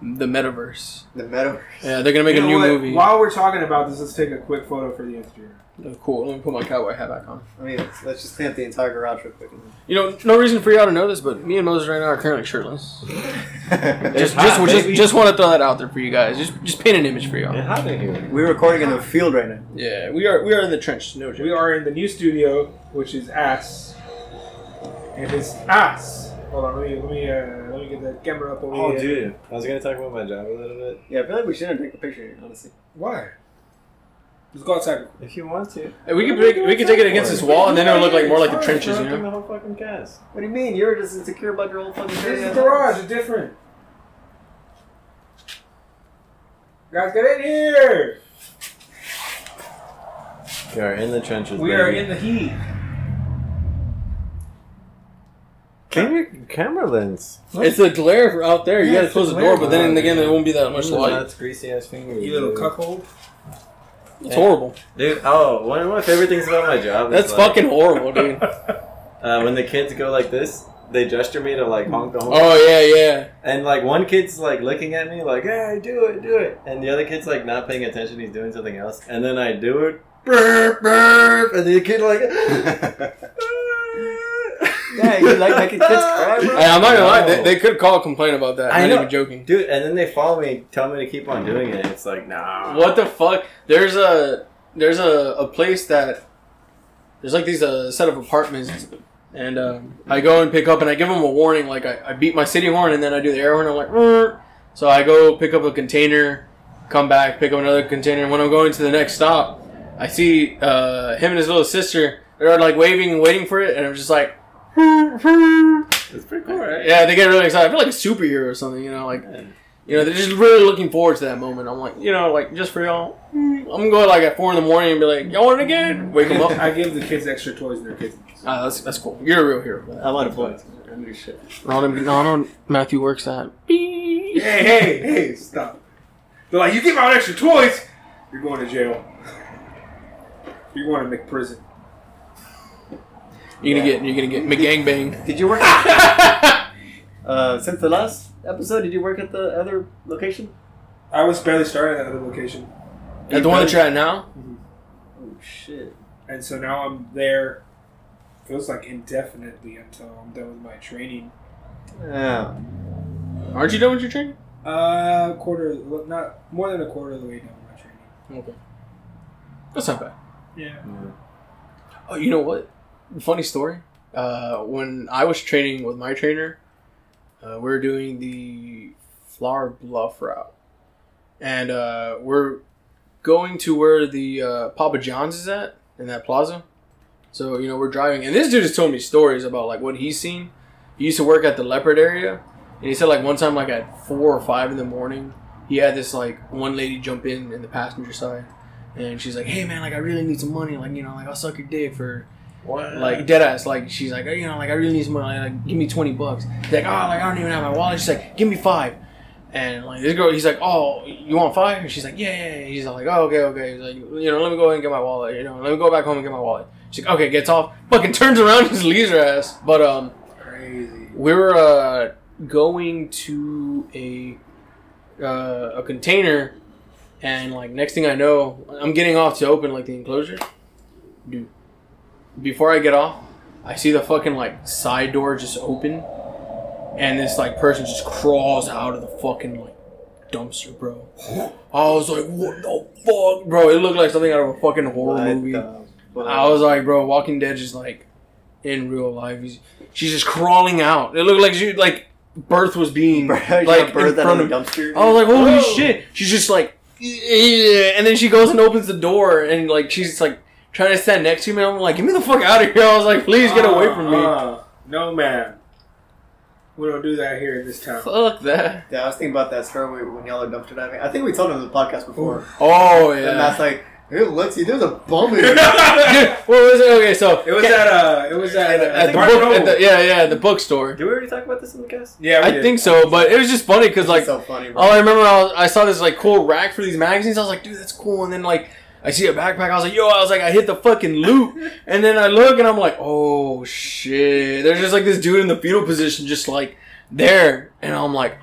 S4: the metaverse.
S2: The metal.
S4: Yeah, they're gonna make
S3: You
S4: a new
S3: know what?
S4: movie.
S3: While we're talking about this, let's take a quick photo for the Instagram.
S4: Oh, cool. Let me put my cowboy hat back on.
S2: I mean, let's, let's just clean up the entire garage real quick.
S4: You know, no reason for y'all to know this, but me and Moses right now are currently shirtless. Just,
S1: hot,
S4: just, just,
S1: baby.
S4: just want to throw that out there for you guys. Just, just paint an image for y'all.
S1: it happened here.
S2: We're recording in the field right now.
S4: Yeah, we are, we are in the trench. No joke.
S3: We are in the new studio, which is ass. And it's ass. Hold on, let me let me uh, let me get the camera up over
S1: Oh,
S3: here.
S1: dude. I was going to talk about my job a little bit.
S2: Yeah, I feel like we shouldn't take a picture here, honestly.
S3: Why? Let's go outside.
S1: If you want to.
S4: Hey, we could pick, we could take it against this wall, and then it'll look like more like the trenches, you know.
S1: The whole fucking cast.
S2: What do you mean? You're just insecure about your old fucking
S3: This is garage. It's different. Guys, get in here.
S1: We are in the trenches.
S3: We are
S1: baby.
S3: in the heat.
S1: Clean your camera lens.
S4: It's a glare from out there. You
S2: Yeah,
S4: gotta
S2: it's
S4: close
S2: a
S4: the
S2: glare.
S4: door, but then again, there won't be that much
S1: Ooh,
S4: light.
S1: That's greasy ass fingers.
S3: You little
S1: dude.
S3: cuckold.
S4: It's horrible.
S1: Dude, oh, one of my favorite things about my job is
S4: That's
S1: like,
S4: fucking horrible, dude.
S1: uh, when the kids go like this, they gesture me to like honk the horn.
S4: Oh yeah, yeah.
S1: And like one kid's like looking at me like, hey, do it, do it. And the other kid's like not paying attention, he's doing something else. And then I do it, burp, burp. And the kid like,
S2: Yeah, you like making kids cry, bro.
S4: Hey, I'm not gonna lie. They,
S1: No.
S4: they could call complain about that.
S1: I
S4: I'm
S1: know.
S4: not even joking.
S1: Dude, and then they follow me, tell me to keep on doing it. It's like, nah.
S4: What the fuck? There's a there's a, a place that there's like these uh, set of apartments, and um, I go and pick up, and I give them a warning. Like I, I beat my city horn, and then I do the air horn. I'm like, "Rrr." so I go pick up a container, come back, pick up another container. And when I'm going to the next stop, I see uh, him and his little sister. They're like waving and waiting for it, and I'm just like,
S1: It's pretty cool, right?
S4: yeah, they get really excited. I feel like a superhero or something, you know, like. You know, they're just really looking forward to that moment. I'm like, you know, like just for y'all, mm, I'm gonna go like at four in the morning and be like, y'all want it again? Wake them up.
S3: I give the kids extra toys and their kids.
S4: Ah, that's that's cool. You're a real hero. for that.
S2: I'm unemployed. I'm new shit.
S4: Ronald, Ronald Matthew works at.
S3: Hey, hey, hey! Stop. They're like, you give out extra toys, you're going to jail. You're going to McPrison.
S4: You're gonna get you're gonna get McGangbang.
S2: Did you work? at- uh, since the last episode, did you work at the other location?
S3: I was barely starting at another location,
S4: At the one that you're at now.
S2: Oh shit!
S3: and so now I'm there. Feels like indefinitely until I'm done with my training.
S2: Yeah.
S4: Aren't you done with your training?
S3: Uh, quarter, well, not more than a quarter of the way down my training.
S4: Okay. That's not bad.
S3: Yeah.
S4: Oh, you know what? Funny story. Uh, when I was training with my trainer, uh, we were doing the Flower Bluff route, and uh, we're going to where the uh, Papa John's is at in that plaza. So you know we're driving, and this dude has told me stories about like what he's seen. He used to work at the Leopard area, and he said like one time like at four or five in the morning, he had this like one lady jump in in the passenger side. And she's like, "Hey man, like I really need some money. Like you know, like I'll suck your dick for
S1: What?
S4: like dead ass. Like she's like, "Oh, you know, like I really need some money. Like, give me twenty bucks. He's like, oh, like I don't even have my wallet. She's like, give me five. And like this girl, he's like, oh, you want five? And she's like, yeah, yeah. yeah. He's like, oh, okay, okay. He's like, you know, let me go ahead and get my wallet. You know, let me go back home and get my wallet. She's like, okay, gets off, fucking turns around and just leaves her ass. But um,
S3: Crazy.
S4: we were uh, going to a uh, a container, and like next thing I know, I'm getting off to open like the enclosure. Dude, before I get off, I see the fucking like side door just open, and this like person just crawls out of the fucking like dumpster, bro. I was like, what the fuck, bro? It looked like something out of a fucking horror
S2: What
S4: movie.
S2: the fuck?
S4: I was like, bro, Walking Dead is like in real life. He's, she's just crawling out. It looked like she like birth was being
S2: Bro,
S4: like
S2: you got birds
S4: in
S2: out
S4: front of.
S2: of
S4: Oh.
S2: the dumpster.
S4: I was like, holy
S2: Whoa.
S4: shit! She's just like, "Yeah," and then she goes and opens the door and like she's like trying to stand next to me. I'm like, get me the fuck out of here! I was like, please get away from me.
S3: Uh, no, man. We don't do that here in this town.
S4: Fuck that.
S2: Yeah, I was thinking about that story when- when y'all are dumpster diving. I think we told him on the podcast before.
S4: Oh
S2: And Matt's
S4: yeah.
S2: like, It looks. There's a bum in it.
S4: Dude, what was it? Okay, so
S3: It was at uh, it was at, uh,
S4: at the
S3: Barnes
S4: book,
S3: Noble.
S4: at the, yeah, yeah, at the bookstore.
S1: Did we already talk about this in the cast?
S3: yeah, we
S4: I
S3: did.
S4: think so, but it was just funny because like
S2: It's so funny, bro.
S4: all Oh, I remember, I, was, I saw this like cool rack for these magazines. I was like, dude, that's cool. And then like I see a backpack. I was like, yo, I was like, I hit the fucking loot. and then I look and I'm like, oh shit. There's just like this dude in the fetal position, just like there. And I'm like.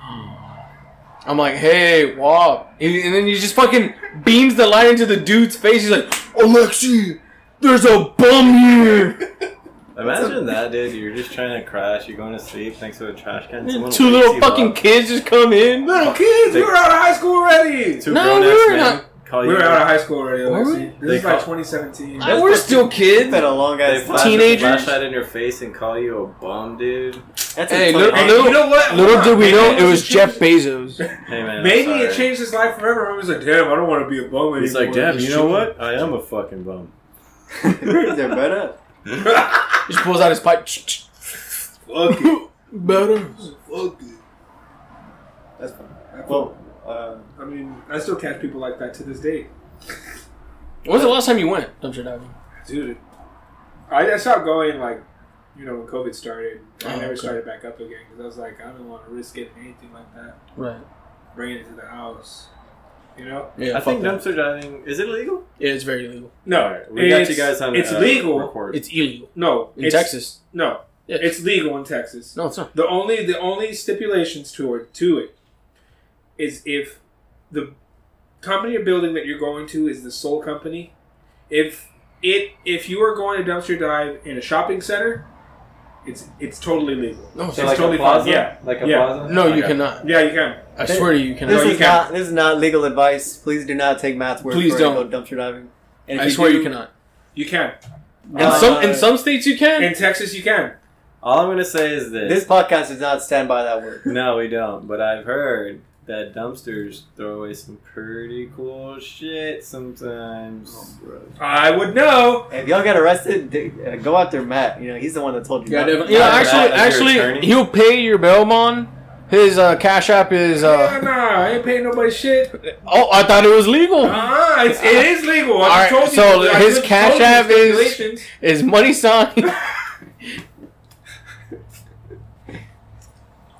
S4: I'm like, hey, Wop. And and then he just fucking beams the light into the dude's face. He's like, Alexi, there's a bum here.
S1: Imagine that, dude. You're just trying to crash. You're going to sleep next to a trash can. someone
S4: Two
S1: wakes
S4: little
S1: you
S4: fucking
S1: up.
S4: kids just come in.
S3: little kids. We were out of high school already.
S1: Two
S4: No,
S1: grown
S4: we
S1: ass
S4: were
S1: men
S4: not-
S1: call
S3: We
S1: you.
S3: were out of high school already.
S4: Were we?
S3: Alexi. This is
S1: They
S3: like
S1: call-
S3: 2017.
S4: Like, we're still
S2: It's
S4: kids.
S2: been a long
S1: They
S2: ass
S1: flash
S2: time.
S4: Teenagers?
S1: a flashlight in your face and call you a bum, dude.
S2: That's
S4: Hey,
S2: a
S4: look-
S2: funny-
S4: look-
S3: you know what?
S4: Little
S3: Hold
S4: did
S3: on.
S4: we
S3: Maybe
S4: know it
S3: just
S4: was Jeff
S3: changed-
S4: Bezos.
S1: Hey man, I'm
S3: Maybe it
S1: sorry.
S3: changed his life forever. It was like, damn, I don't want to be a bum anymore.
S1: He's like, damn,
S4: This
S1: you know
S4: shit-
S1: what? I am a fucking bum.
S2: They're better.
S4: He just pulls out his pipe. Bezos.
S3: Fuck it.
S2: That's funny. Well, uh,
S3: I mean, I still catch people like that to this day,
S4: When was the last time you went dumpster diving?
S3: dude. I, I stopped going like, you know, when COVID started. I
S4: Oh,
S3: never
S4: okay.
S3: started back up again because I was like, I don't want to risk getting anything like that,
S4: Right.
S3: bringing it to the house. You know?
S4: Yeah.
S1: I think
S4: that.
S1: dumpster diving is it illegal?
S4: Yeah, it's very illegal.
S3: No,
S1: Alright, we got
S3: it's-
S1: you guys on.
S3: It's
S1: uh,
S3: legal.
S1: record.
S4: It's illegal
S3: No,
S4: in
S3: it's-
S4: Texas.
S3: No,
S4: Yeah.
S3: it's legal in Texas.
S4: no, it's not.
S3: The only the only stipulations to it to it is if the company or building that you're going to is the sole company. If it if you are going to dumpster dive in a shopping center, it's it's totally legal.
S4: No, it's
S1: so
S4: not.
S1: like
S3: totally
S1: a
S3: fine.
S1: plaza.
S3: Yeah.
S1: Like a
S3: Yeah.
S1: plaza.
S4: no, you
S1: Okay.
S4: cannot.
S3: Yeah, you can.
S4: I swear to you, you cannot.
S2: this
S3: you
S2: is
S3: can't.
S2: not this is not legal advice. Please do not take Matt's word
S4: Please
S2: for
S4: don't.
S2: it. Go dumpster diving. And if
S4: I swear
S2: do-
S4: you cannot.
S3: You can.
S4: In
S2: Uh,
S4: some in some states you can.
S3: In Texas, you can.
S1: All I'm gonna say is this.
S2: This podcast does not stand by that word.
S1: No, we don't. But I've heard that dumpsters throw away some pretty cool shit sometimes.
S3: I would know.
S2: If y'all get arrested, d- uh, go out there, Matt. You know he's the one that told you.
S4: Yeah,
S2: not to.
S4: definitely. You know,
S1: Not that as your
S4: actually,
S1: attorney.
S4: actually, he'll pay your bailmon. His uh, cash app is.
S3: Nah,
S4: Uh,
S3: nah, I ain't paying nobody shit.
S4: oh, I thought it was legal.
S3: Ah, it's, it is legal. I
S4: Alright,
S3: just told you.
S4: so
S3: I
S4: his
S3: just
S4: Cash
S3: told you
S4: App is-
S3: stipulations.
S4: Is money sign?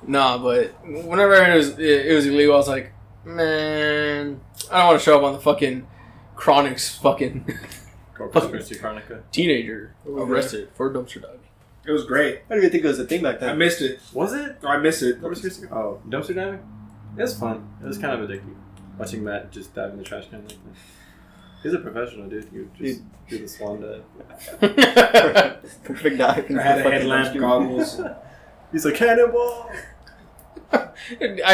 S4: nah, but whenever it was it, it was illegal, I was like, man, I don't want to show up on the fucking Chronic's fucking
S1: Corpus Christi Chronica.
S4: teenager
S3: Oh, yeah.
S4: arrested for dumpster diving.
S3: It was great.
S2: I don't even think it was a thing back
S3: I
S2: then.
S3: missed it.
S1: Was it?
S3: I missed it.
S1: Corpus Christi. Oh, dumpster diving. It was fun. It was kind of addictive. Watching Matt just dive in the trash can like that. He's a professional, dude. You just do the swan dive.
S2: Perfect dive.
S3: I had a headlamp, goggles.
S1: He's a cannonball.
S4: I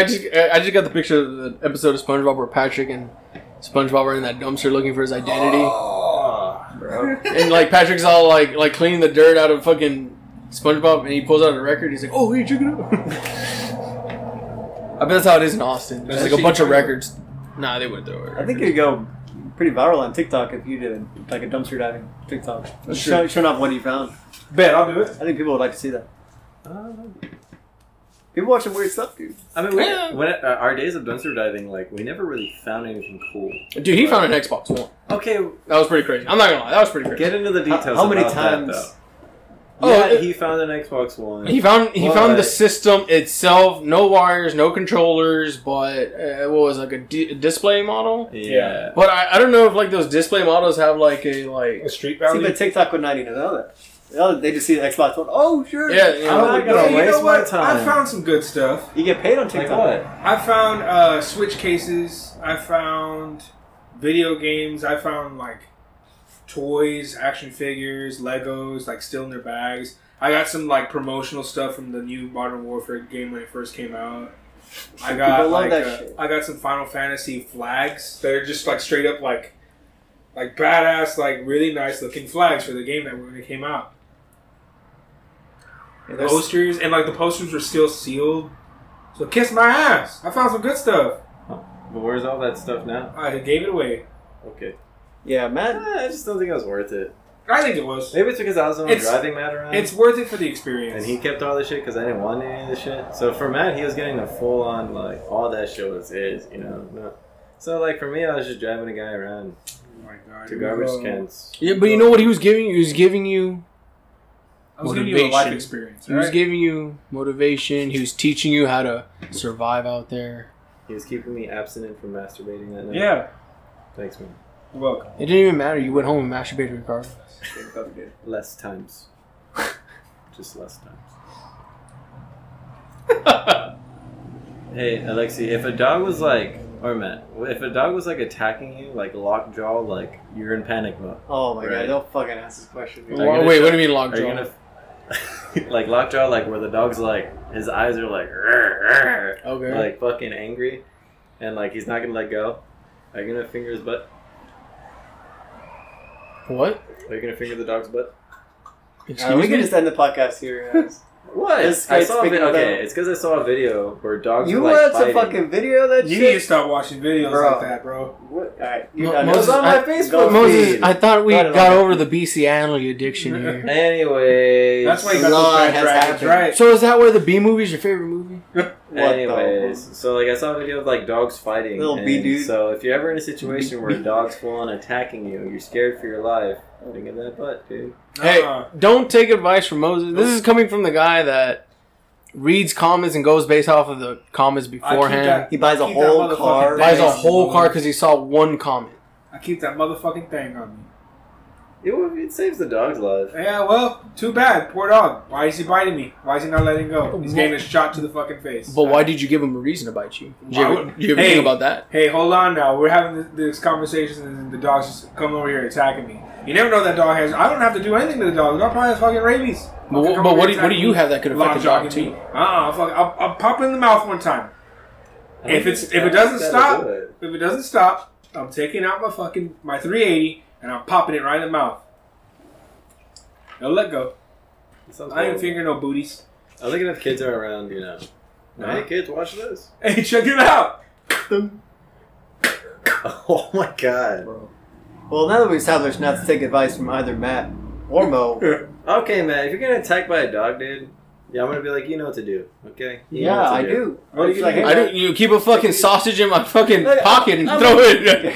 S4: just I just got the picture of the episode of SpongeBob where Patrick and SpongeBob are in that dumpster looking for his identity,
S1: Oh, bro.
S4: and like Patrick's all like like cleaning the dirt out of fucking SpongeBob, and he pulls out a record. He's like, "Oh, hey, check it out." I bet that's how it is in Austin. There's like a bunch of records. Nah, they wouldn't throw it.
S2: I think you'd go pretty viral on TikTok if you did like a dumpster diving TikTok.
S4: That's
S2: Show, showing off what you found.
S3: Bet I'll do it.
S2: I think people would like to see that.
S1: Um,
S2: People watching weird stuff, dude.
S1: I mean, we,
S4: Yeah.
S1: when uh, our days of dumpster diving, like we never really found anything cool.
S4: Dude, he found an Xbox One.
S1: Okay,
S4: That was pretty crazy. I'm not gonna lie, that was pretty crazy.
S1: get into the details.
S2: How- how many
S1: about that,
S2: times-
S1: though.
S4: Oh,
S1: yeah,
S4: it-
S1: he found an Xbox One.
S4: Oh, He found he
S1: Well,
S4: found
S1: I-
S4: the system itself. No wires, no controllers, but uh, what was it, like a di- display model.
S1: yeah.
S4: But I, I don't know if like those display models have like a like
S3: A street
S2: See,
S3: value.
S2: but TikTok would not even know that. You know, They just see the Xbox One. Oh, sure.
S4: yeah you
S1: I'm
S4: know,
S1: not gonna
S3: you
S1: waste
S3: know what?
S1: my time.
S3: I found some good stuff.
S2: You get paid on
S1: Like
S2: TikTok.
S1: what?
S3: I found uh, switch cases. I found video games. I found like toys, action figures, Legos, like still in their bags. I got some like promotional stuff from the new Modern Warfare game when it first came out. I got
S2: People love
S3: like
S2: that
S3: uh,
S2: shit.
S3: I got some Final Fantasy flags. They're just like straight up like like badass, like really nice looking flags for the game that when it came out.
S2: Yeah, there's-
S3: posters and like the posters were still sealed. So kiss my ass. I found some good stuff.
S1: But where's all that stuff now?
S3: I gave it away.
S1: Okay.
S2: yeah,
S1: Eh,
S2: Matt.
S1: I just don't think it was worth it.
S3: I think it was.
S1: Maybe it's because I was the one
S3: It's-
S1: driving Matt
S2: Um,
S1: around.
S3: It's worth it for the experience.
S1: and he kept all the shit because I didn't want any of the shit. So for Matt, he was getting the full on like all that shit was his, you know. No. So like for me, I was just driving a guy around.
S3: I Oh my god.
S1: to
S3: here we go.
S1: garbage cans.
S4: Yeah, but you know what he was giving you? He was giving you.
S3: I was giving you a life
S4: Motivation.
S3: experience.
S4: He was
S3: alright?
S4: giving you motivation. He was teaching you how to survive out there.
S1: He was keeping me abstinent from masturbating that night.
S3: yeah.
S1: Thanks, man.
S3: You're welcome.
S4: It didn't even matter. You went home and masturbated regardless.
S1: Less times. Just less times. Hey, Alexi, if a dog was like, or Matt, if a dog was like attacking you, like lockjaw, like you're in panic mode.
S2: Oh my
S1: Right.
S2: god, don't fucking ask this question. Dude.
S1: Are you
S4: Wha-
S1: gonna
S4: Wait,
S1: show-
S4: what do you mean
S1: Are you
S4: lockjaw?
S1: gonna f- like lockjaw, like where the dog's like his eyes are like "Rrr, rrr,"
S4: Okay.
S1: like fucking angry, and like he's not gonna let go? Are you gonna finger his butt?
S4: what?
S1: Are you gonna finger the dog's butt?
S2: Alright,
S4: Excuse
S2: we
S4: me.
S2: can just end the podcast here. guys.
S1: What?
S2: This
S1: I
S2: guy's
S1: saw a
S2: speaking
S1: video. Okay,
S2: about-
S1: it's because I saw a video where dogs.
S2: you
S1: were, like,
S2: watch
S1: fighting.
S2: a fucking video of that
S3: You need to
S2: shit?
S3: stop watching videos
S2: Bro.
S3: like that, bro.
S2: What? Alright,
S4: Mo-
S2: you're done.
S1: It was
S4: Moses,
S1: on my
S4: I-
S1: Facebook.
S4: Moses,
S1: feed.
S4: I thought we
S2: Not at
S4: got
S2: all.
S4: over the BC Annaly addiction here.
S1: Anyways,
S3: That's why you
S2: A
S3: got
S2: lot
S3: those bad
S2: has
S3: dragons,
S2: happened.
S3: right?
S4: So is that why the B movie is your favorite movie?
S2: What the-
S1: Anyways, so like I saw a video of like dogs fighting.
S2: Little
S1: and
S2: bee dude.
S1: So if you're ever in a situation where a dog's full on attacking you, you're scared for your life. Finger that butt, dude.
S4: Hey,
S3: Uh-uh.
S4: don't take advice from Moses. This is coming from the guy that reads comments and goes based off of the comments
S3: I keep
S4: beforehand.
S3: that-
S2: He buys a
S3: I keep that
S2: whole
S3: motherfucking
S2: car.
S3: thing.
S4: Buys a whole car because he saw one comment.
S3: I keep that motherfucking thing on me.
S1: It, would- it saves the dog's life.
S3: Yeah, well, too bad. Poor dog. Why is he biting me? Why is he not letting go? He's getting a shot to the fucking face.
S4: But why did you give him a reason to bite you? Did you ever, did you ever
S3: Hey.
S4: think about that?
S3: Hey, hold on now. We're having th- this conversation, and the dog's just coming over here attacking me. You never know that dog has. I don't have to do anything to the dog. The dog probably has fucking rabies.
S4: But, wh- but what, do, what do you have that could affect a dog too?
S3: Uh, uh fuck. I'll, I'll pop it in the mouth one time.
S1: I don't
S3: If it's-
S1: think
S3: if it
S1: dogs
S3: doesn't
S1: gotta
S3: stop-
S1: do it.
S3: If it doesn't stop, I'm taking out my fucking my 380 and I'm popping it right in the mouth. It'll let go.
S1: It sounds
S3: I ain't
S1: horrible.
S3: fingering no booties.
S1: I think if kids are around, you know.
S3: Huh?
S1: Hey kids, watch this.
S3: Hey, check it out.
S1: Oh my god.
S2: Well, now that we established not to take advice from either Matt or Mo,
S1: Okay, man, if you're getting attacked by a dog, dude, yeah, I'm gonna be like, you know what to do, okay? You know
S2: yeah,
S1: what
S2: I
S1: to
S2: do.
S3: What are you
S2: It's
S3: gonna
S2: like,
S3: do?
S4: I don't. You keep a fucking sausage in my fucking
S2: Look, I-
S4: pocket and
S2: I'm-
S4: throw it.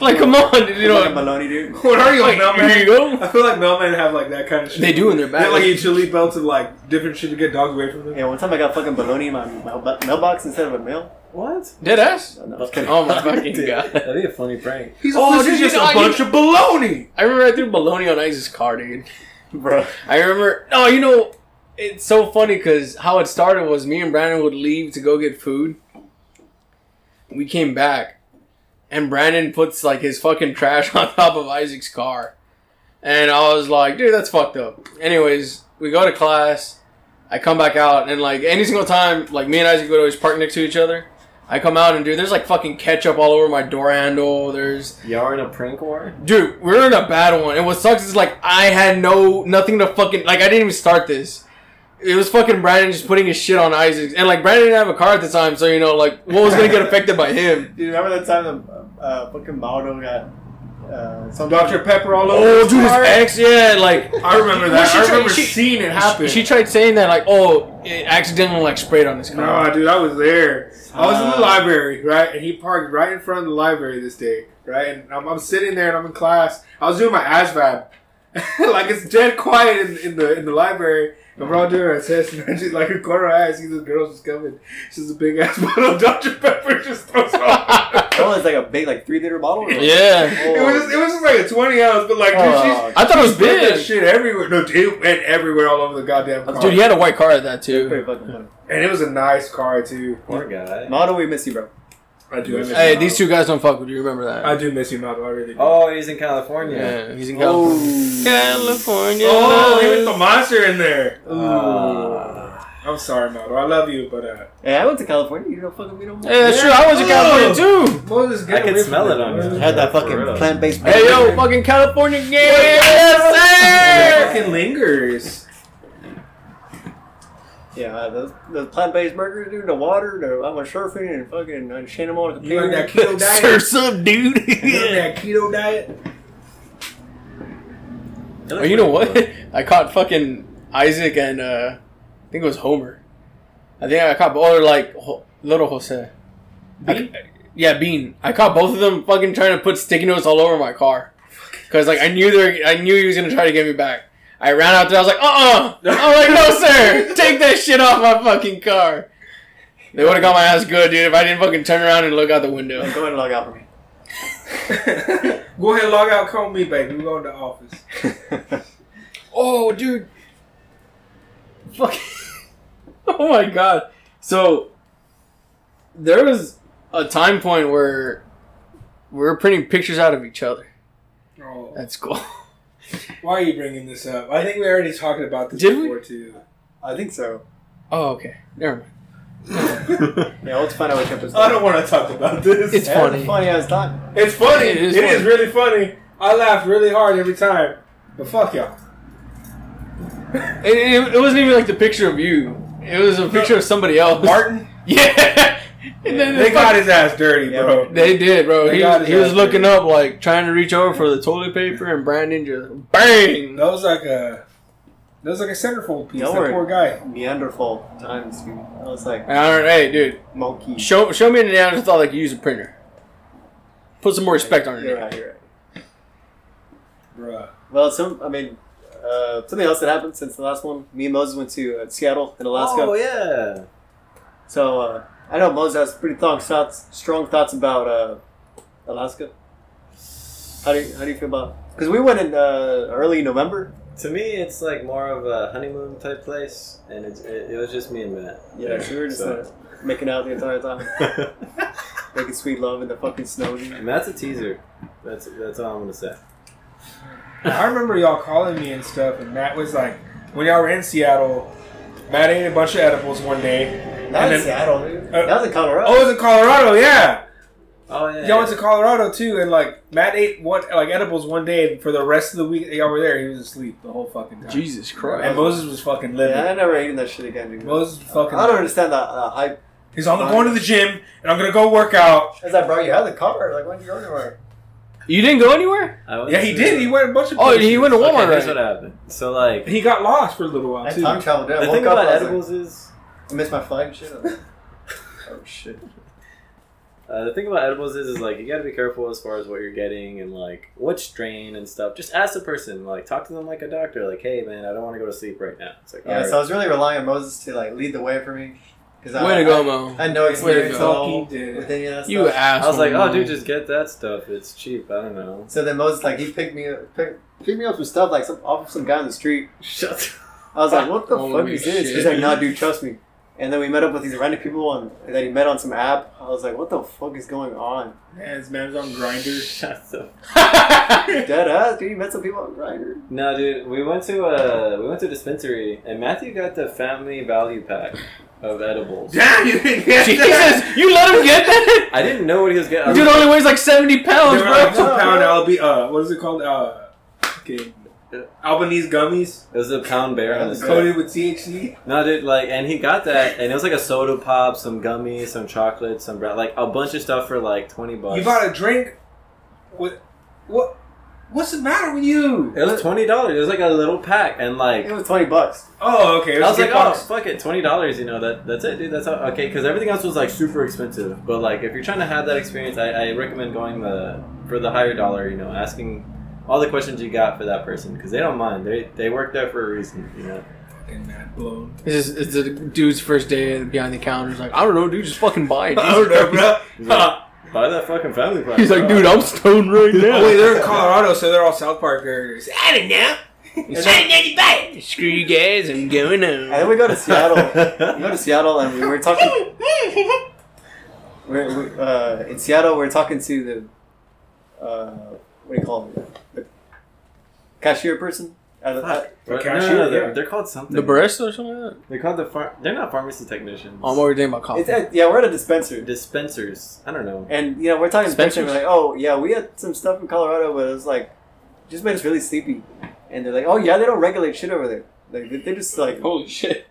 S4: like, come on, dude, you
S2: Like a
S4: know.
S2: Maloney dude.
S3: What are you,
S4: Like,
S3: like, mailman?
S4: here you go.
S3: I feel like mailmen have like that kind of shit.
S4: They do in their
S3: They
S4: bag.
S3: have, like a chili belt of like different shit to get dogs away from them.
S2: Yeah, one time I got fucking baloney in my mail- mailbox instead of a mail.
S1: What?
S4: Dead ass.
S2: No, no, I was kidding.
S4: Oh my fucking
S1: Dude,
S4: god.
S1: That'd be a funny prank.
S3: He's
S4: Oh,
S3: this
S4: dude,
S3: is just
S4: you know,
S3: a
S4: I
S3: bunch of baloney.
S4: I remember I threw baloney on Isaac's car, dude.
S2: Bro.
S4: I remember. Oh, you know, it's so funny because how it started was me and Brandon would leave to go get food. We came back, and Brandon puts like his fucking trash on top of Isaac's car, and I was like, dude, that's fucked up. Anyways, we go to class. I come back out, and like any single time, like me and Isaac would always park next to each other. I come out and dude, there's like fucking ketchup all over my door handle. There's
S1: Y'all are in a prank war?
S4: Dude, we're in a bad one, and what sucks is like I had no nothing to fucking like I didn't even start this. It was fucking Brandon just putting his shit on Isaac, and like Brandon didn't have a car at the time, so you know like what was gonna get affected by him?
S2: Dude, remember that time the uh, fucking Maldo got uh, some
S3: Dr. Pepper all over.
S4: Oh,
S3: his
S4: dude, his
S3: car.
S4: ex, yeah, like
S3: I remember
S4: Well,
S3: that.
S4: she
S3: I
S4: tried-
S3: remember
S4: she-
S3: seeing it happen.
S4: she tried saying that like oh it accidentally like sprayed on his car.
S3: No, dude, I was there. I was
S4: Ah.
S3: in the
S2: Uh,
S3: library, right? And he parked right in front of the library this day, right? And I'm, I'm sitting there and I'm in class. I was doing my ASVAB. like, it's dead quiet in, in the in the library. And we're all doing our test. And I just, like, a corner of my eye, I see this girl just coming. She's a big ass bottle of Dr. Pepper just throws it on.
S2: Oh, it's like a big, like three liter bottle. or-
S4: Yeah,
S2: Oh.
S3: It was, just, it was just like a 20 ounce, but like, dude,
S2: Oh.
S3: she's.
S4: I thought it was
S3: Put that
S4: Ah. big.
S3: shit everywhere. No, dude, it went everywhere all over the goddamn car.
S4: Dude, he had a white car at that too.
S2: Pretty fucking funny.
S3: and it was a nice car, too.
S1: Poor guy.
S2: Maldo, we miss you, bro.
S3: I do. I miss
S4: Hey,
S3: you,
S4: these
S3: Mado.
S4: two guys don't fuck with you. Remember
S3: I
S4: that?
S3: do miss you, Mado. I really do.
S1: Oh, he's in California.
S4: Yeah, he's in California.
S2: Oh.
S4: California.
S3: Oh, they put the monster in there. Ooh.
S1: Uh,
S4: Ah.
S3: I'm sorry, Moto. I love you, but uh,
S2: Hey, I went to California. You don't fucking me no more.
S4: Yeah, that's true. I was in California too.
S3: Moses,
S1: I can smell it on you.
S2: I had that
S1: For
S2: fucking
S1: real.
S2: plant based.
S4: Hey yo, fucking California game! Yes, sir!
S3: fucking lingers.
S2: Yeah, uh, those, those plant based burgers, dude. The water, the, I went surfing and fucking on Shannon on the
S3: You on that
S2: computer.
S3: keto diet?
S4: up, dude.
S3: You on that keto diet?
S4: oh, you know what? I caught fucking Isaac and uh, I think it was Homer. I think I caught both, or like Ho- little Jose. I-
S3: Bean?
S4: yeah, Bean. I caught both of them fucking trying to put sticky notes all over my car. because like I knew there, I knew he was gonna try to get me back. I ran out there. I was like, uh, uh I'm like, no, sir, take that shit off my fucking car. They would have got my ass good, dude, if I didn't fucking turn around and look out the window.
S2: Go ahead and log out for me.
S3: Go ahead, log out, call me back. We go to the office.
S4: Oh, dude. Fuck. oh my god. So there was a time point where we were printing pictures out of each other.
S3: Oh,
S4: That's cool.
S3: why are you bringing this up? I think we already talked about this
S4: Did we?
S3: before too.
S2: I think so.
S4: Oh, okay. Never mind.
S2: Yeah, let's find out what campus.
S4: Oh,
S3: I don't want to talk about this.
S4: It's
S3: It's,
S2: Yeah,
S4: funny.
S2: Funny as time.
S3: funny.
S4: It
S3: It,
S4: is
S3: is,
S4: funny.
S3: really funny. I laugh really hard every time. But fuck y'all.
S4: It, it, it wasn't even like the picture of you. It was a picture of somebody else.
S3: Martin,
S4: Yeah. And then
S3: they
S4: the
S3: got
S4: fuck-
S3: his ass dirty,
S2: Yeah,
S3: bro.
S4: They did, bro.
S3: They
S4: he
S3: got
S4: was,
S3: his
S4: he was
S3: ass
S4: looking
S3: beat.
S4: up, like trying to reach over for the toilet paper, and Brandon just bang.
S3: That was like a that was like a centerfold piece.
S2: Don't
S3: that
S2: worry.
S3: poor guy.
S2: Neanderthal times, dude. I was like
S4: And I don't, hey, dude,
S2: monkey.
S4: Show show me an Neanderthal that can use a printer. Put some more respect on
S2: You're
S4: it.
S2: right. You're right.
S3: Bruh.
S2: Well, some. I mean, uh, something else that happened since the last one. Me and Moses went to uh, Seattle in Alaska.
S1: Oh yeah.
S2: So uh, I know Moses has pretty strong thoughts, strong thoughts about uh, Alaska. How do you, how do you feel about? Because we went in uh, early November.
S1: To me, it's like more of a honeymoon type place, and it's, it, it was just me and Matt.
S2: Yeah, so we were just uh, making out the entire time, making sweet love in the fucking snow. dude.
S1: Matt's a teaser. That's that's all I'm gonna say.
S3: I remember y'all calling me and stuff, and Matt was like, when y'all were in Seattle, Matt ate a bunch of edibles one day.
S2: That
S3: then-
S2: was Seattle, dude.
S3: uh,
S2: that was in Colorado.
S3: Oh, it was in Colorado, yeah.
S1: Oh yeah.
S3: Y'all went to Colorado too, and like Matt ate one like edibles one day, and for the rest of the week that y'all were there, he was asleep the whole fucking time.
S4: Jesus
S3: And
S4: Christ!
S3: Moses was fucking living.
S2: yeah, I never eaten that shit again, dude.
S3: Moses was fucking.
S2: I don't understand that uh, hype.
S3: He's on the going to the gym, and I'm gonna go work out.
S2: As I brought you out of the car, like when did you go anywhere?
S4: You didn't go anywhere.
S1: I went
S3: Yeah, he
S1: to-
S3: did. He went a bunch of.
S4: Oh, he went to
S1: Okay,
S4: Walmart.
S1: here's
S4: right?
S1: what happened. So like
S3: He got lost for a little while
S2: I
S3: too.
S2: time traveled. Dude. I
S1: the
S2: woke
S1: thing
S2: up.
S1: about
S2: I, was like,
S1: edibles is
S2: I missed my flight and shit. I was like, oh shit.
S1: Uh, the thing about edibles is, is like you got to be careful as far as what you're getting and like what strain and stuff. Just ask the person, like talk to them like a doctor, like, hey man, I don't want to go to sleep right now. It's like,
S2: Yeah,
S1: all
S2: so I
S1: right.
S2: was really relying on Moses to like lead the way for me. Cause I,
S4: Way to go, Mo.
S2: I, I had no experience at
S4: go.
S2: all
S3: He did.
S2: with any of that
S4: you
S2: stuff.
S1: I
S4: asshole.
S1: was like, oh
S4: Mo.
S1: dude, just get that stuff. It's cheap. I don't know.
S2: So then Moses like he picked me up, pick, picked me up some stuff like some off of some guy on the street.
S1: Shut.
S2: I was like, what the
S4: Holy
S2: fuck is this?
S4: shit.
S2: He's like, nah, dude, trust me. And then we met up with these random people on that he met on some app. I was like, what the fuck is going on?
S3: Man, his man was on grinder.
S1: Shut up.
S2: Dead ass, dude. You met some people on Grindr.
S1: No, dude, we went to uh, we went to a dispensary and Matthew got the family value pack of edibles.
S3: Damn, you didn't get that.
S4: Jesus, you let him get that?
S1: I didn't know what he was getting. I was
S4: Dude
S1: like,
S4: only weighs like seventy
S3: They
S4: pounds,
S3: were like two
S4: bro.
S3: pound Albi. Uh, what is it called? Uh, fucking Albanese gummies
S1: it was a pound bear on the side.
S3: coated with THC.
S1: No, dude, like, and he got that, and it was like a soda pop, some gummies, some chocolate, some bre- like a bunch of stuff for like twenty bucks.
S3: You bought a drink with what? What's the matter with you?
S1: It was twenty dollars. It was like a little pack, and like
S2: It was twenty bucks.
S3: Oh, okay. It
S1: I was
S3: a
S1: like,
S3: big
S1: oh
S3: box.
S1: fuck it, twenty dollars. You know that that's it, dude. That's all, okay because everything else was like super expensive. But like if you're trying to have that experience, I, I recommend going the for the higher dollar. You know, asking all the questions you got for that person because they don't mind. They they work there for a reason. You know.
S4: oh.
S3: Fucking Matt blown.
S4: It's, just, it's the dude's first day behind the counter. He's like, I don't know, dude, just fucking buy it.
S3: I don't know, bro.
S1: He's like, Buy that fucking family pack.
S4: He's like, dude, I'm stoned right
S3: Oh, wait,
S4: now.
S3: they're in Colorado, so they're all South Park characters. I don't know.
S4: Screw you guys, I'm going
S2: And then
S4: home.
S2: we go to Seattle. we go to Seattle and we were talking. We're, we, uh, in Seattle, we're talking to the uh, what do you call him? The cashier person. Out of the-
S1: Fuck.
S3: The
S1: No,
S3: cashier,
S1: no, no, they're,
S3: yeah.
S1: they're called something.
S4: The barista or something like that? Oh,
S1: They're called the far- They're not pharmacy technicians.
S4: I'm over thinking about coffee.
S2: It's at- yeah, we're at a dispenser,
S1: dispensers. I don't know.
S2: and you know we're talking dispenser.
S4: Dispensers?
S2: and We're like, oh yeah, we had some stuff in Colorado, but it was like just made us really sleepy. And they're like, oh yeah, they don't regulate shit over there. Like they- they just like
S4: Holy shit.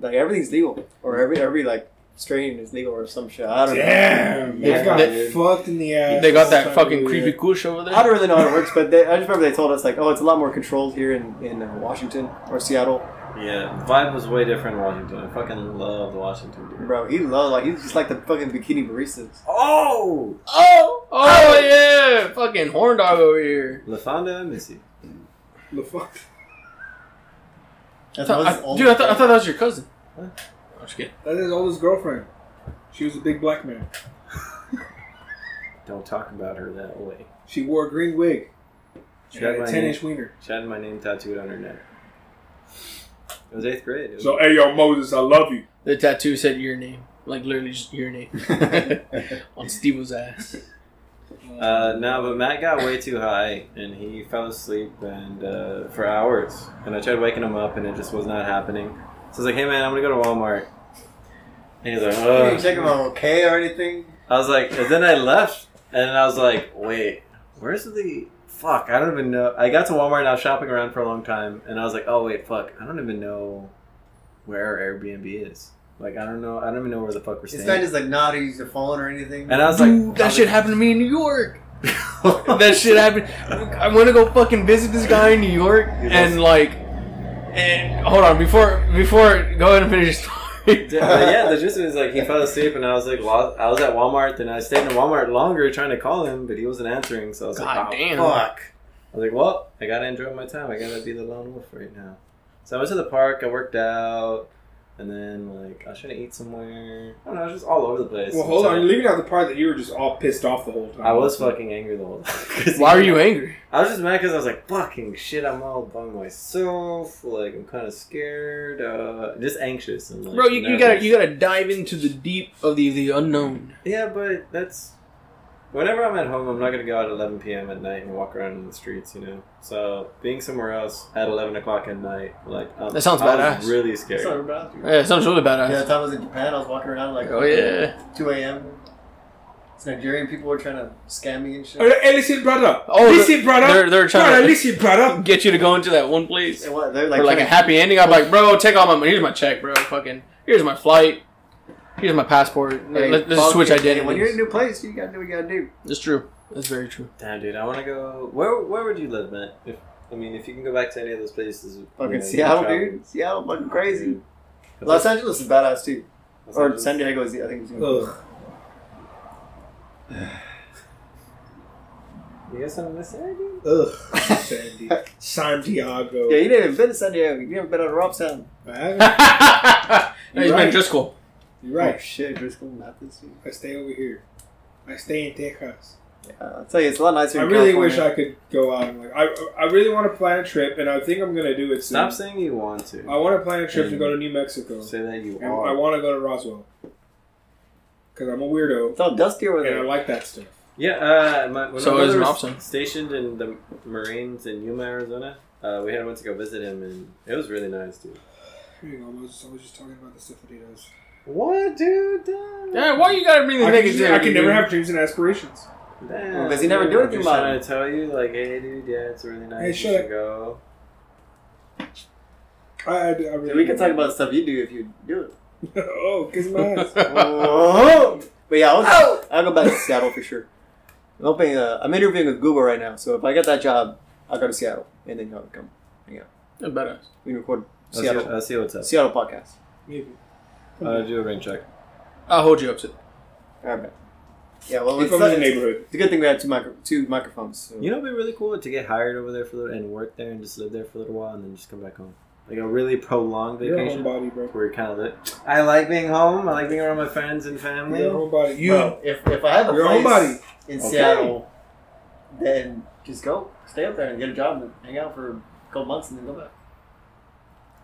S2: like everything's legal, or every every like strain is legal, or some shit. I don't know.
S3: Damn,
S4: They-
S3: I got
S4: they-
S3: fucked in the ass.
S4: They got
S3: Fucking
S4: that fucking
S3: weird.
S4: creepy kush over there.
S2: I don't really know how it works, but they, I just remember they told us like, oh, it's a lot more controlled here in in uh, Washington or Seattle.
S1: Yeah, the vibe was way different in Washington. I fucking loved Washington, dude.
S2: Bro, he loved like he's just like the fucking bikini baristas.
S1: Oh!
S4: Oh, oh yeah, fucking horn dog over here.
S1: LaFonda, I miss you.
S3: The fuck?
S2: That's
S4: I thought- I- dude, I thought, I thought that was your cousin.
S1: Huh?
S4: I'm just kidding.
S3: That is oldest girlfriend. She was a big black man.
S1: Don't talk about her that way.
S3: She wore a green wig. She
S1: She had
S3: had a
S1: my
S3: 10
S1: name.
S3: inch wiener.
S1: She had my name tattooed on her neck. It was eighth grade. It was-
S3: hey, yo, Moses, I love you.
S4: The tattoo said your name, like literally just your name Uh, on Stevo's ass.
S1: Uh, no, but Matt got way too high and he fell asleep and uh, for hours. And I tried waking him up and it just was not happening. So I was like, "Hey man, I'm gonna go to Walmart." And he's like,
S2: Did you
S1: "Ugh."
S2: check him out okay or anything?
S1: I was like, and then I left and I was like, "Wait, where's the fuck? I don't even know." I got to Walmart and I was shopping around for a long time and I was like, "Oh wait, fuck, I don't even know where our Airbnb is. Like, I don't know, I don't even know where the fuck we're
S2: This
S1: staying."
S2: man just like not to use your phone or anything.
S1: and I was like,
S4: Dude, that shit happened to me in New York.
S1: happened.
S4: That shit happened. I want to go fucking visit this guy in New York
S1: Dude,
S4: and like, and hold on before before go ahead and finish your
S1: Yeah,
S4: story.
S1: but yeah, the gist was like he fell asleep, and I was like, lost, I was at Walmart, and I stayed in Walmart longer trying to call him, but he wasn't answering. So I was like,
S4: God
S1: "Wow."
S4: damn.
S2: fuck.
S1: I was like, well, I gotta enjoy my time. I gotta be the lone wolf right now. So I went to the park. I worked out, and then like I was trying to eat somewhere. I don't know. I was just all over the place.
S3: Well, hold on.
S1: So
S3: You're leaving out the part that you were just all pissed off the whole time.
S1: I was fucking angry the whole time. 'Cause
S4: Why
S1: he-
S4: are you angry?
S1: I was just mad because I was like, fucking shit. I'm all by myself. Like I'm kind of scared. Uh, just anxious and like,
S4: Bro, you, you
S1: nervous.
S4: gotta you gotta dive into the deep of the the unknown.
S1: Yeah, but that's whenever I'm at home, I'm not gonna go out at 11 p.m. at night and walk around in the streets, you know. So being somewhere else at 11 o'clock at night, like um,
S4: That sounds
S1: I was
S4: badass.
S1: really
S2: That's not
S1: scary.
S2: about you.
S4: Yeah, it sounds really
S2: Yeah, the
S4: badass.
S2: time I was in Japan, I was walking around like
S4: Oh yeah.
S2: 2 a.m. It's Nigerian people were trying to scam me and shit.
S3: Hey, hey, listen, brother.
S4: Oh,
S3: listen, brother.
S4: they're- they're trying
S3: brother,
S4: to-
S3: listen, brother.
S4: Get you to go into that one place.
S2: And what, they're like,
S4: Or like a
S2: trying
S4: happy ending. I'm like, bro, take all my money. Here's my check, bro. Fucking, here's my flight. Here's my passport.
S2: to-
S4: Let, us
S2: fuck
S4: switch
S2: it. When you're in a
S4: identities.
S2: new place, you gotta do what you gotta do.
S4: It's true. That's very true.
S1: Damn, dude, I want to go. Where Where would you live, Matt? If I mean, if you can go back to any of those places, you know,
S2: Fucking
S1: you
S2: Seattle,
S1: can travel.
S2: dude. Seattle, fucking crazy.
S1: Dude.
S2: Los Angeles is badass too.
S1: Los
S2: Or
S1: Angeles.
S2: San Diego is the, I think it's gonna
S3: Ugh.
S1: You got something to say, dude?
S3: Ugh. San Di- San Diego.
S2: Yeah, you didn't even been to San Diego. You haven't been out of Robstown.
S3: I haven't-
S4: no, he's
S3: Right.
S4: right. Driscoll.
S3: You're right.
S2: Oh, shit, Driscoll, not this year.
S3: I stay over here. I stay in Texas.
S2: Uh, I'll tell you, it's a lot nicer.
S3: I
S2: in
S3: really wish
S2: California.
S3: I could go out. And, like, I I really want to plan a trip, and I think I'm gonna do it. Soon.
S1: Stop saying you want to.
S3: I want to plan a trip to go
S2: Mm.
S3: to New Mexico,
S1: Say that you
S3: and I
S1: are.
S3: want to go to Roswell because I'm a weirdo
S2: It's all dusty over
S3: and I
S2: there.
S3: like that stuff.
S1: Yeah, uh, my, when
S4: So
S1: my
S4: it
S1: brother
S4: is an
S1: was
S4: option.
S1: Stationed in the Marines in Yuma, Arizona. Uh, we had went to go visit him, and it was really nice, dude.
S3: Here you go, Moses. I was just talking about the stuff that he does.
S1: What, dude?
S4: Yeah, why you gotta bring the
S3: I can,
S4: negativity?
S3: I can never
S4: dude?
S3: have dreams and aspirations.
S1: Damn,
S2: Because he never
S1: dude,
S2: do
S1: I'm
S2: anything
S1: just
S2: about
S1: trying to tell you, like, hey, dude, yeah, it's really nice.
S3: Hey,
S1: you
S3: shut
S1: should
S3: up.
S1: go.
S3: I, I, I really
S2: we can talk about the stuff you do if you do it.
S3: oh, kiss my ass. Oh!
S2: Whoa. But yeah, I'll, I'll go back to Seattle for sure. I'm hoping. Uh, I'm interviewing with Google right now, so if I get that job, I'll go to Seattle and then y'all come.
S4: That's badass.
S2: We can record
S1: I'll see,
S2: Seattle
S1: I'll see what's up.
S2: Seattle podcast.
S3: Maybe.
S1: I'll do a ring check.
S4: I'll hold you up to.
S2: All right. Yeah, well,
S3: If
S2: it's,
S3: I'm in the
S2: not, it's
S3: neighborhood,
S2: a good thing we had two micro, two microphones. So.
S1: You know, it'd be really cool to get hired over there for a little, and work there and just live there for a little while, and then just come back home. Like a really prolonged
S3: you're a
S1: vacation.
S3: homebody, bro.
S1: Where you're kind of lit. I like being home. I like being around my friends and family.
S3: You're a homebody. You,
S2: Bro, if, if I have a
S3: you're a
S2: place
S3: homebody.
S2: in
S1: Okay.
S2: Seattle, then just go, stay up there and get a job and hang out for a couple months and then go back.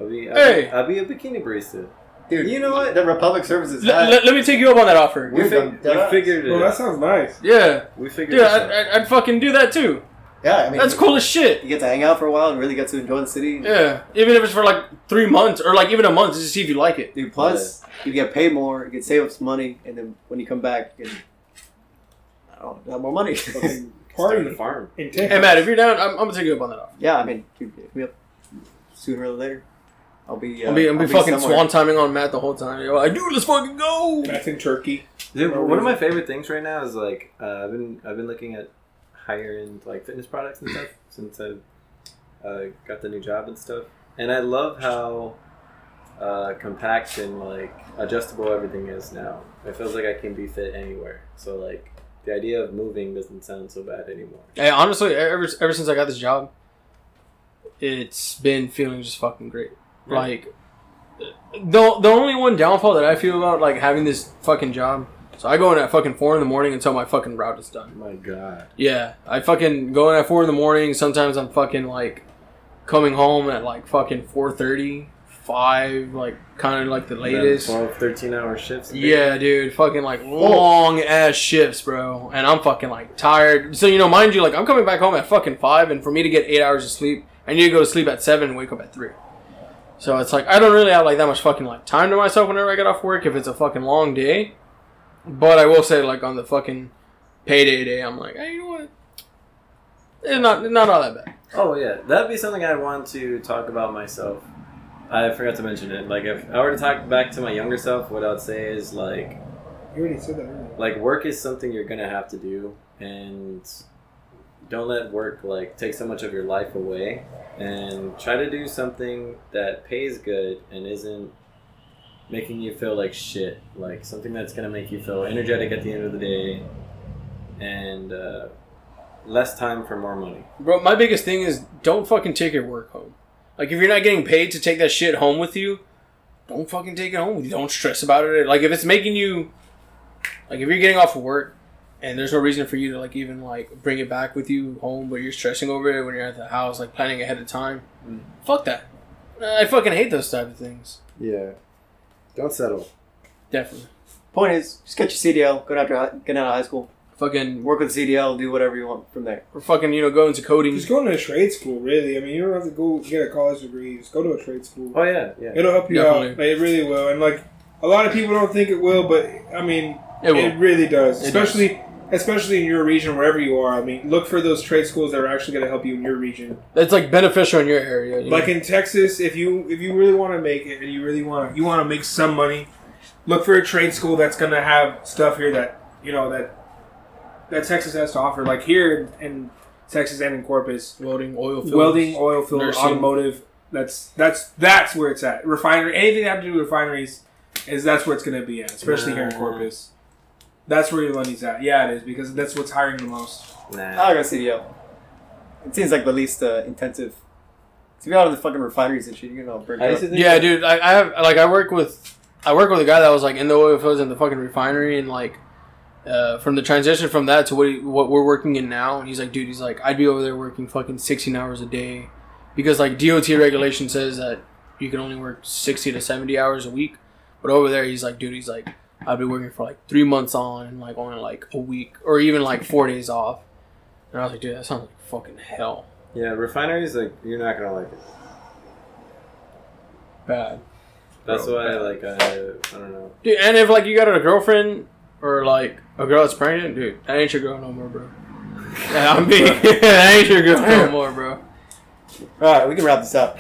S1: I'll be, I'll,
S4: Hey.
S1: be, I'll be a bikini barista.
S2: Dude, you know what? The Republic Services.
S4: Let, let, let me take you up on that offer.
S1: We,
S2: We've
S1: fig-
S2: done that.
S1: we figured
S3: Bro,
S1: it.
S3: that
S1: out.
S3: sounds nice.
S4: Yeah,
S1: We figured
S4: dude,
S1: it.
S4: I'd,
S1: out.
S4: I'd, I'd fucking do that too.
S2: yeah, I mean,
S4: That's cool as shit.
S2: You get to hang out for a while and really get to enjoy the city.
S4: Yeah, even if it's for like three months or like even a month, just to see if you like it.
S2: Dude, plus you get paid more, you can save up some money, and then when you come back, you can, I don't know, have more money.
S3: Fucking
S1: Starting a
S3: party
S1: farm.
S3: in
S4: Hey
S3: Texas.
S4: Matt, if you're down, I'm, I'm gonna take you up on that offer.
S2: yeah, I mean, dude, hit me up sooner or later. I'll be. Uh,
S4: I'll be, I'll be fucking
S2: somewhere.
S4: swan timing on Matt the whole time. Yo, like, dude, let's fucking go.
S3: That's in Turkey.
S1: Dude,
S3: No
S1: one of
S3: reason.
S1: my favorite things right now is like uh, I've been I've been looking at higher end like fitness products and stuff since I've uh, got the new job and stuff. and I love how uh, compact and like adjustable everything is now. It feels like I can be fit anywhere. So like the idea of moving doesn't sound so bad anymore.
S4: Hey, honestly, e-, ever ever since I got this job, it's been feeling just fucking great.
S1: Yeah.
S4: Like the the only one downfall that I feel about like having this fucking job. So I go in at fucking four in the morning until my fucking route is done.
S1: My God.
S4: Yeah, I fucking go in at four in the morning. Sometimes I'm fucking like coming home at like fucking four thirty, five, like kind of like the latest.
S1: 12, 13 hour shifts.
S4: Yeah, dude, fucking like long ass shifts, bro, and I'm fucking like tired. So you know, mind you, like I'm coming back home at fucking five, and for me to get eight hours of sleep, I need to go to sleep at seven and wake up at three. So it's like I don't really have like that much fucking like time to myself whenever I get off work if it's a fucking long day. But I will say, like on the fucking payday day, I'm like, hey, you know what? It's not not all that bad.
S1: Oh yeah, that'd be something I want to talk about myself. I forgot to mention it. Like if I were to talk back to my younger self, what I'd say is like
S3: You already said that. earlier.
S1: like work is something you're gonna have to do, and don't let work like take so much of your life away. And try to do something that pays good and isn't making you feel like shit. Like something that's gonna make you feel energetic at the end of the day, and uh, less time for more money.
S4: Bro, my biggest thing is don't fucking take your work home. Like, if you're not getting paid to take that shit home with you, don't fucking take it home with you. Don't stress about it. Like, if it's making you, like, if you're getting off of work and there's no reason for you to, like, even, like, bring it back with you home, but you're stressing over it when you're at the house, like, planning ahead of time,
S1: Mm.
S4: fuck that. I fucking hate those type of things.
S1: Yeah, don't settle.
S4: Definitely.
S2: Point is, just get your CDL, go out to hi- get out of high school,
S4: Fucking,
S2: work with CDL, do whatever you want from there.
S4: we're fucking, you know, going to coding.
S3: Just going to a trade school, really. I mean, you don't have to go get a college degree. Just go to a trade school.
S1: Oh yeah, yeah.
S3: It'll help you out.
S4: Definitely.
S3: Like, it really will. And like a lot of people don't think it will, but I mean,
S4: It
S3: it,
S4: will.
S3: really does.
S4: It
S3: especially especially in your region, wherever you are. I mean, look for those trade schools that are actually going to help you in your region.
S4: That's, like, beneficial in your area. you know?
S3: Like in Texas, if you if you really want to make it and you really want to you want to make some money, look for a trade school that's going to have stuff here that you know that that Texas has to offer. Like here in Texas and in Corpus,
S4: welding, oil fields.
S3: welding, oil field,
S4: Nursing.
S3: automotive. That's that's that's where it's at. Refinery, anything that have to do with refineries, is that's where it's going to be at, especially here in
S1: Nah.
S3: Corpus. That's where your money's at. Yeah, it is because that's what's hiring the most.
S1: Nah.
S4: Oh,
S2: I'll go CDL. It seems like the least uh, intensive. To be out in the fucking refineries and shit, you're gonna all burn
S1: I
S2: out.
S1: used to think
S4: Yeah,
S1: that-
S4: dude. I, I have like I work with I work with a guy that was like in the oil fields in the fucking refinery and like uh, from the transition from that to what he, what we're working in now. And he's like, dude, he's like, I'd be over there working fucking sixteen hours a day because like DOT regulation says that you can only work sixty to seventy hours a week. But over there, he's like, dude, he's like, I'd be working for like three months on and like only like a week or even like four days off. And I was like, dude, that sounds like fucking hell.
S1: Yeah, refineries like you're not gonna like it.
S4: Bad.
S1: That's
S4: Bro.
S1: why like I, I don't know.
S4: Dude, and if like you got a girlfriend or like a girl that's pregnant, dude, that ain't your girl no more, bro. Yeah, I mean, that ain't your girl no more, bro.
S2: All right, we can wrap this up.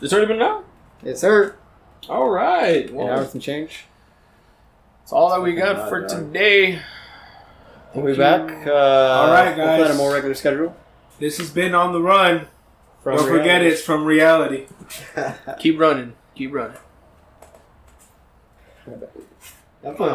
S4: It's already been out.
S2: Yes, sir.
S4: All right,
S2: An
S4: well,
S2: hour some change.
S4: that's all that we got
S1: Fucking
S4: for
S1: hot dog.
S4: today.
S2: We'll be back. Uh, All
S3: right,
S2: We'll plan a
S3: guys.
S2: more regular schedule.
S3: This has been on the run.
S2: From
S3: Don't forget it's from reality.
S4: Keep running, keep running.
S2: I'm fine.